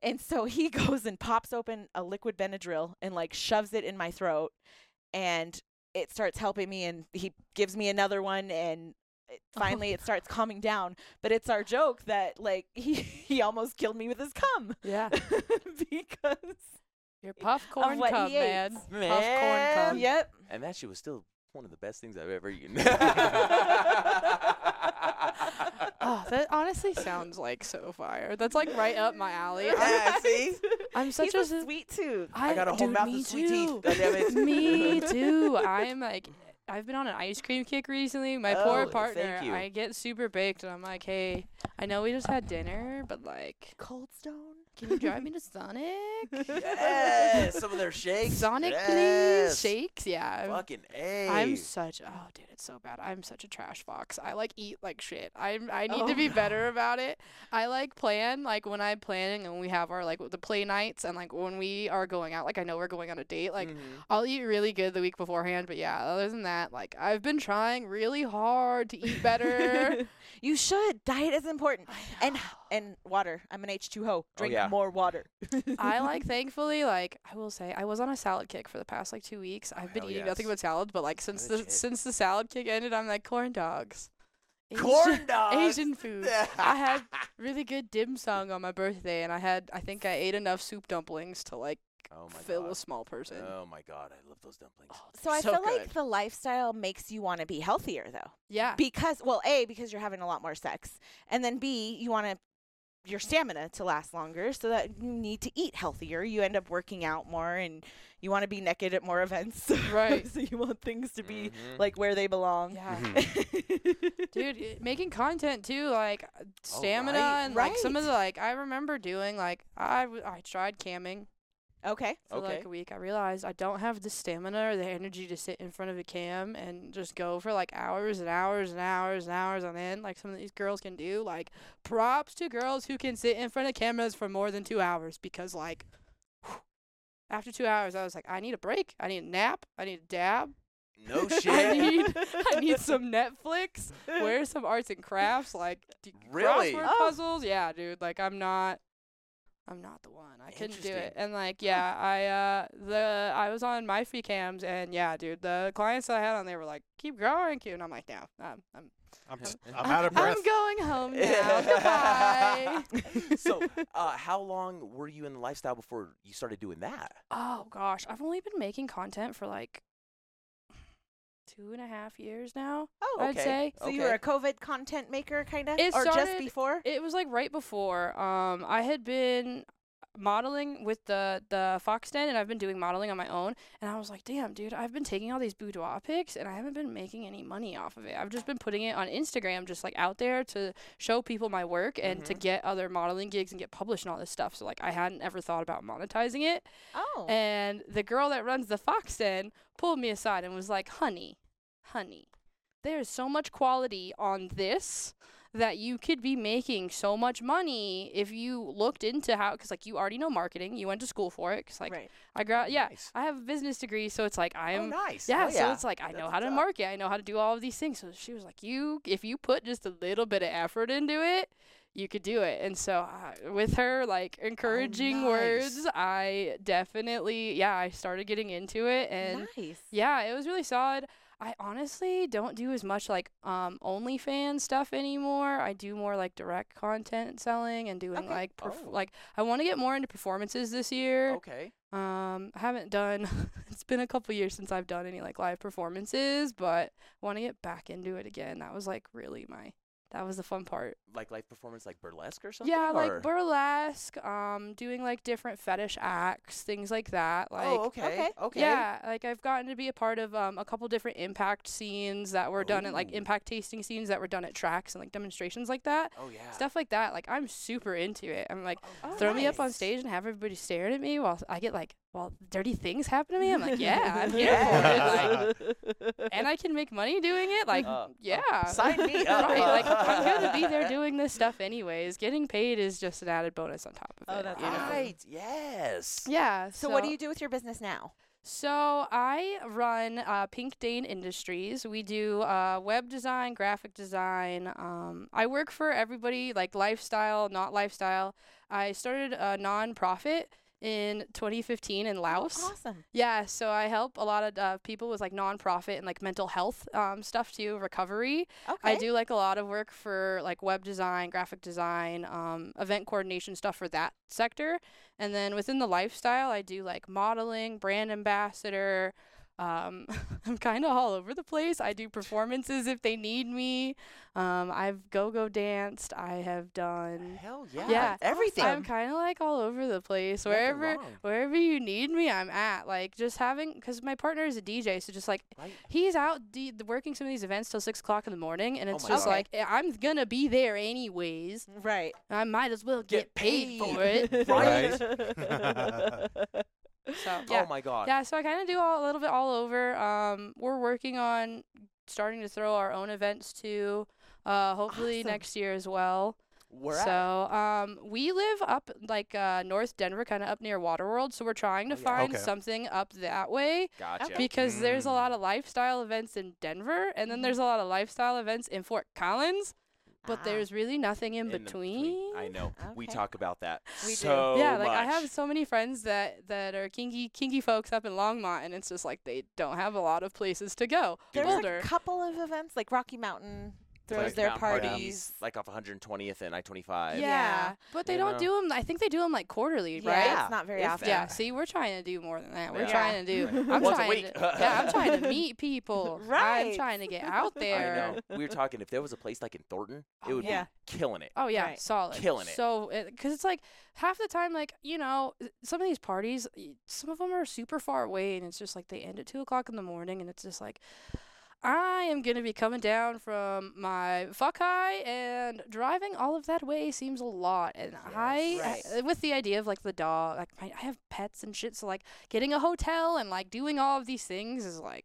And so he goes and pops open a liquid Benadryl and like shoves it in my throat and it starts helping me and he gives me another one and it- finally it starts calming down but it's our joke that like he he almost killed me with his cum Yeah. because Your popcorn what cum, he ate. man. Man. Popcorn cum. yep And that shit was still one of the best things I've ever eaten. Oh, that honestly sounds like so fire. That's like right up my alley. I, Yeah, see? I'm such Ah. he's a, s- sweet tooth I, got a whole dude, mouth me of sweet teeth. too. God damn it. me too. I'm like, I've been on an ice cream kick recently. My Oh, poor thank partner. you. I get super baked, and I'm like, hey, I know we just had dinner, but like, cold stone Can you drive me to Sonic? Yes, some of their shakes. Sonic, please. yes. Shakes, yeah. I'm- Fucking a. I'm such oh dude, it's so bad. I'm such a trash fox. I like eat like shit. I'm I need Oh, to be better about it. I like plan like when I'm planning and we have our like the play nights and like when we are going out. Like I know we're going on a date. Like Mhm. I'll eat really good the week beforehand. But yeah, other than that, like I've been trying really hard to eat better. You should. Diet is important. And and water. I'm an H2O. Drink Oh, yeah. more water. I like thankfully like I will say I was on a salad kick for the past like two weeks. I've been hell eating yes. nothing but salad. But like since Good the shit. since the salad kick ended, I'm like corn dogs. Asian- corn dogs. Asian food. I had really good dim sum on my birthday, and I had I think I ate enough soup dumplings to like Oh my fill god. a small person. Oh my god, I love those dumplings. So I So feel good. like the lifestyle makes you want to be healthier though. Yeah, Because well, A, because you're having a lot more sex. And then B, you want to your stamina to last longer so that you need to eat healthier. You end up working out more and you want to be naked at more events. Right. so you want things to be Mhm. like where they belong. yeah, Mm-hmm. Mhm. Hmm. dude, y- making content too, like uh, stamina Oh, right. and like some of the like I remember doing like I w- I tried camming Okay. for like Okay. a week. I realized I don't have the stamina or the energy to sit in front of a cam and just go for like hours and hours and hours and hours on end, like some of these girls can do. Like props to girls who can sit in front of cameras for more than two hours because like after two hours I was like, I need a break. I need a nap. I need a dab. no I shit. need I need some Netflix. Where some arts and crafts like d- Really? crossword Oh. puzzles. Yeah, dude. Like I'm not I'm not the one. I couldn't do it. Interesting. And like yeah, I uh the I was on my free cams and yeah, dude, the clients that I had on there were like, keep growing, cute and I'm like, no, I'm I'm, I'm, s- I'm- I'm out of breath. I'm going home now. Goodbye. so, uh, how long were you in the lifestyle before you started doing that? Oh gosh, I've only been making content for like two and a half years now. Oh, I'd say. So you were a COVID content maker, kind of, It or just started- before? It was like right before. Um, I had been modeling with the the Fox Den, and I've been doing modeling on my own. And I was like, damn, dude, I've been taking all these boudoir pics, and I haven't been making any money off of it. I've just been putting it on Instagram, just like out there to show people my work and to get other modeling gigs and get published and all this stuff. So like, I hadn't ever thought about monetizing it. oh, And the girl that runs the Fox Den pulled me aside and was like, honey, honey, there's so much quality on this that you could be making so much money if you looked into how, because like you already know marketing, you went to school for it. Because like right. I gra- yeah, Nice. I have a business degree, so it's like I am. oh, nice. Yeah, Hell so it's like I That's know how to what's up. market, I know how to do all of these things. So she was like, "You, if you put just a little bit of effort into it, you could do it." And so I, with her like encouraging words, nice. I definitely yeah, I started getting into it, and nice. yeah, it was really solid. I honestly don't do as much like um OnlyFans stuff anymore. I do more like direct content selling and doing Okay. like perf- Oh. like I want to get more into performances this year. Okay. Um, I haven't done. It's been a couple years since I've done any like live performances, but I want to get back into it again. That was like really my. That was the fun part. Like live performance, like burlesque or something? yeah, or- like burlesque. Um, doing like different fetish acts, things like that. Like. oh, okay. okay. Okay. Yeah, like I've gotten to be a part of um, a couple different impact scenes that were done at like Ooh. impact tasting scenes that were done at tracks and like demonstrations like that. Oh yeah. Stuff like that. Like I'm super into it. I'm like Oh, throw me up on nice. stage and have everybody staring at me while I get like while dirty things happen to me. I'm like, yeah, I'm here for it. Like, and I can make money doing it. Like, Um, Uh, uh, yeah. sign me up. right. Like, I'm gonna be there doing this stuff anyways. Getting paid is just an added bonus on top of Oh, it. that's you know? awesome. Right. Yes. Yeah. So, what do you do with your business now? So I run uh, Pink Dane Industries. We do uh, web design, graphic design. Um, I work for everybody, like lifestyle, not lifestyle. I started a nonprofit in 2015 in Laos. Awesome. Yeah, so I help a lot of uh, people with like nonprofit and like mental health um, stuff too, recovery. Okay. I do like a lot of work for like web design, graphic design, um, event coordination stuff for that sector. And then within the lifestyle, I do like modeling, brand ambassador, Um, I'm kind of all over the place. I do performances if they need me. Um, I've go-go danced. I have done. Hell yeah. Yeah. Everything. I'm kind of like all over the place. Nothing Wherever wrong. wherever you need me, I'm at. Like just having because my partner is a DJ, so just like Right. he's out de- working some of these events till six o'clock in the morning, and it's my just God. like eh, I'm gonna be there anyways. right. I might as well Get get, paid, paid. for it. Right. So yeah, Oh my god. yeah. So I kind of do all a little bit all over. Um, we're working on starting to throw our own events too. Uh, hopefully Awesome. next year as well. We're so at. um, we live up like uh, North Denver, kind of up near Waterworld. So we're trying to Oh, yeah. find Okay. something up that way Gotcha. because there's a Mm. lot of lifestyle events in Denver, and then Mhm. there's a lot of lifestyle events in Fort Collins. But Ah. there's really nothing in, the between. I know. We Okay. talk about that We do. so yeah, like I much. have so many friends that that are kinky kinky folks up in Longmont, and it's just like they don't have a lot of places to go. There's Boulder. a couple of events like Rocky Mountain throws Like their mountain parties. like off 120th and I-25. yeah. yeah, but they you don't know. do them. I think they do them like quarterly, Yeah, right? it's not very If Yeah. often. that. See, we're trying to do more than that. We're Yeah. trying to do. I'm Once a trying week. To, yeah, I'm trying to meet people. I'm Right. trying to get out I there. know. We were talking if there was a place like in Thornton, it Oh, would yeah. be killing it. Oh yeah, Right. solid, Killing it. So, because it's like half the time, like you know, s- some of these parties, y- some of them are super far away, and it's just like they end at two o'clock in the morning, and it's just like, I am gonna be coming down from my fuck high, and driving all of that way seems a lot, and I, Yes. I- with the idea of like the dog, like my, I have pets and shit, so like getting a hotel and like doing all of these things is like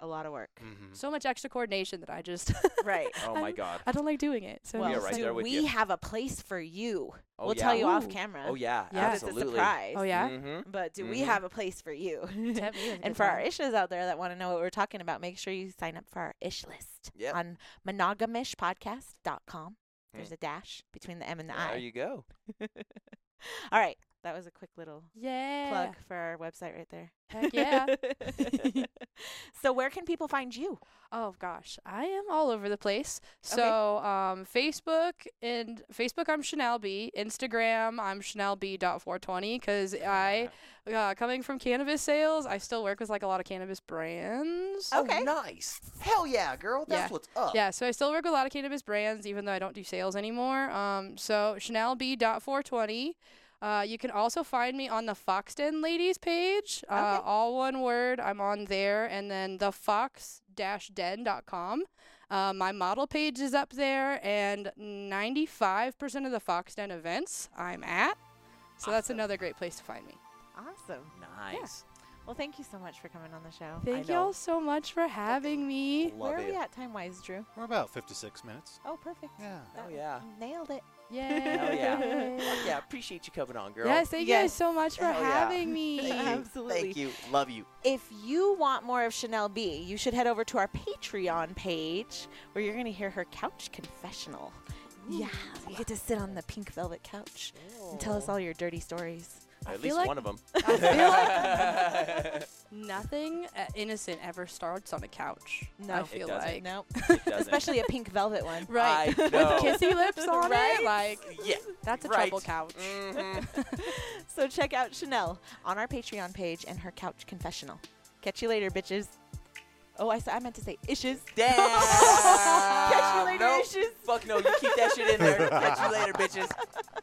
A lot of work. Mm. Mhm. so much extra coordination that I just, Right. Oh my I'm- god. I don't like doing it. So Well, are it's right like- do there with we you. have a place for you? Oh, we'll yeah. tell you off Ooh. camera. Oh yeah, Yeah. Because It's a absolutely. surprise. oh yeah. Mhm. But do we Mhm. have a place for you? Tap me with Mm-hmm. a and good for our time. ishas out there that want to know what we're talking about, make sure you sign up for our ish list Yep. on monogamishpodcast.com. There's Hmm. a dash between the M and the I. There you go. All right. That was a quick little Yeah. plug for our website right there. Heck yeah. so where can people find you? oh gosh, I am all over the place. So um, Facebook and Facebook, I'm Chanel B. Instagram, I'm Chanel B. Dot four twenty because I uh, coming from cannabis sales, I still work with like a lot of cannabis brands. Okay. Oh, nice. Hell yeah, girl. That's Yeah. what's up. Yeah, so I still work with a lot of cannabis brands, even though I don't do sales anymore. Um, so Chanel B. Dot four twenty. Uh, you can also find me on the Foxton Ladies page, uh, Okay. all one word. I'm on there, and then the fox den.com. Uh, my model page is up there, and 95% of the Fox Den events I'm at. So that's Awesome. another great place to find me. Awesome. Nice. Well, thank you so much for coming on the show. Thank know. y'all so much for having me. Love Where are it. we at time wise, Drew? We're about 56 minutes. Oh, perfect. Yeah. That- yeah. Nailed it. Yeah. Hell yeah. Fuck yeah. Appreciate you coming on, girl. Yes, thank you guys Yes. so much for Hell yeah. having me. Thank you. Thank Absolutely. you. Love you. If you want more of Chanel B, you should head over to our Patreon page where you're going to hear her couch confessional. yeah, you get to sit on the pink velvet couch and tell us all your dirty stories. At feel least like- one of them. I feel like nothing uh, innocent ever starts on a couch. No. I It feel doesn't. like No, it doesn't. especially a pink velvet one. right I know. with kissy lips on Right? it. Like Yeah. that's a right. trouble couch. Mhm. So check out Chanel on our Patreon page and her couch confessional. Catch you later, bitches. Oh, I, s- I meant to say ishes. Damn. Catch you later, Uh, Nope. issues. Fuck no. You keep that shit in there. Catch you later, bitches.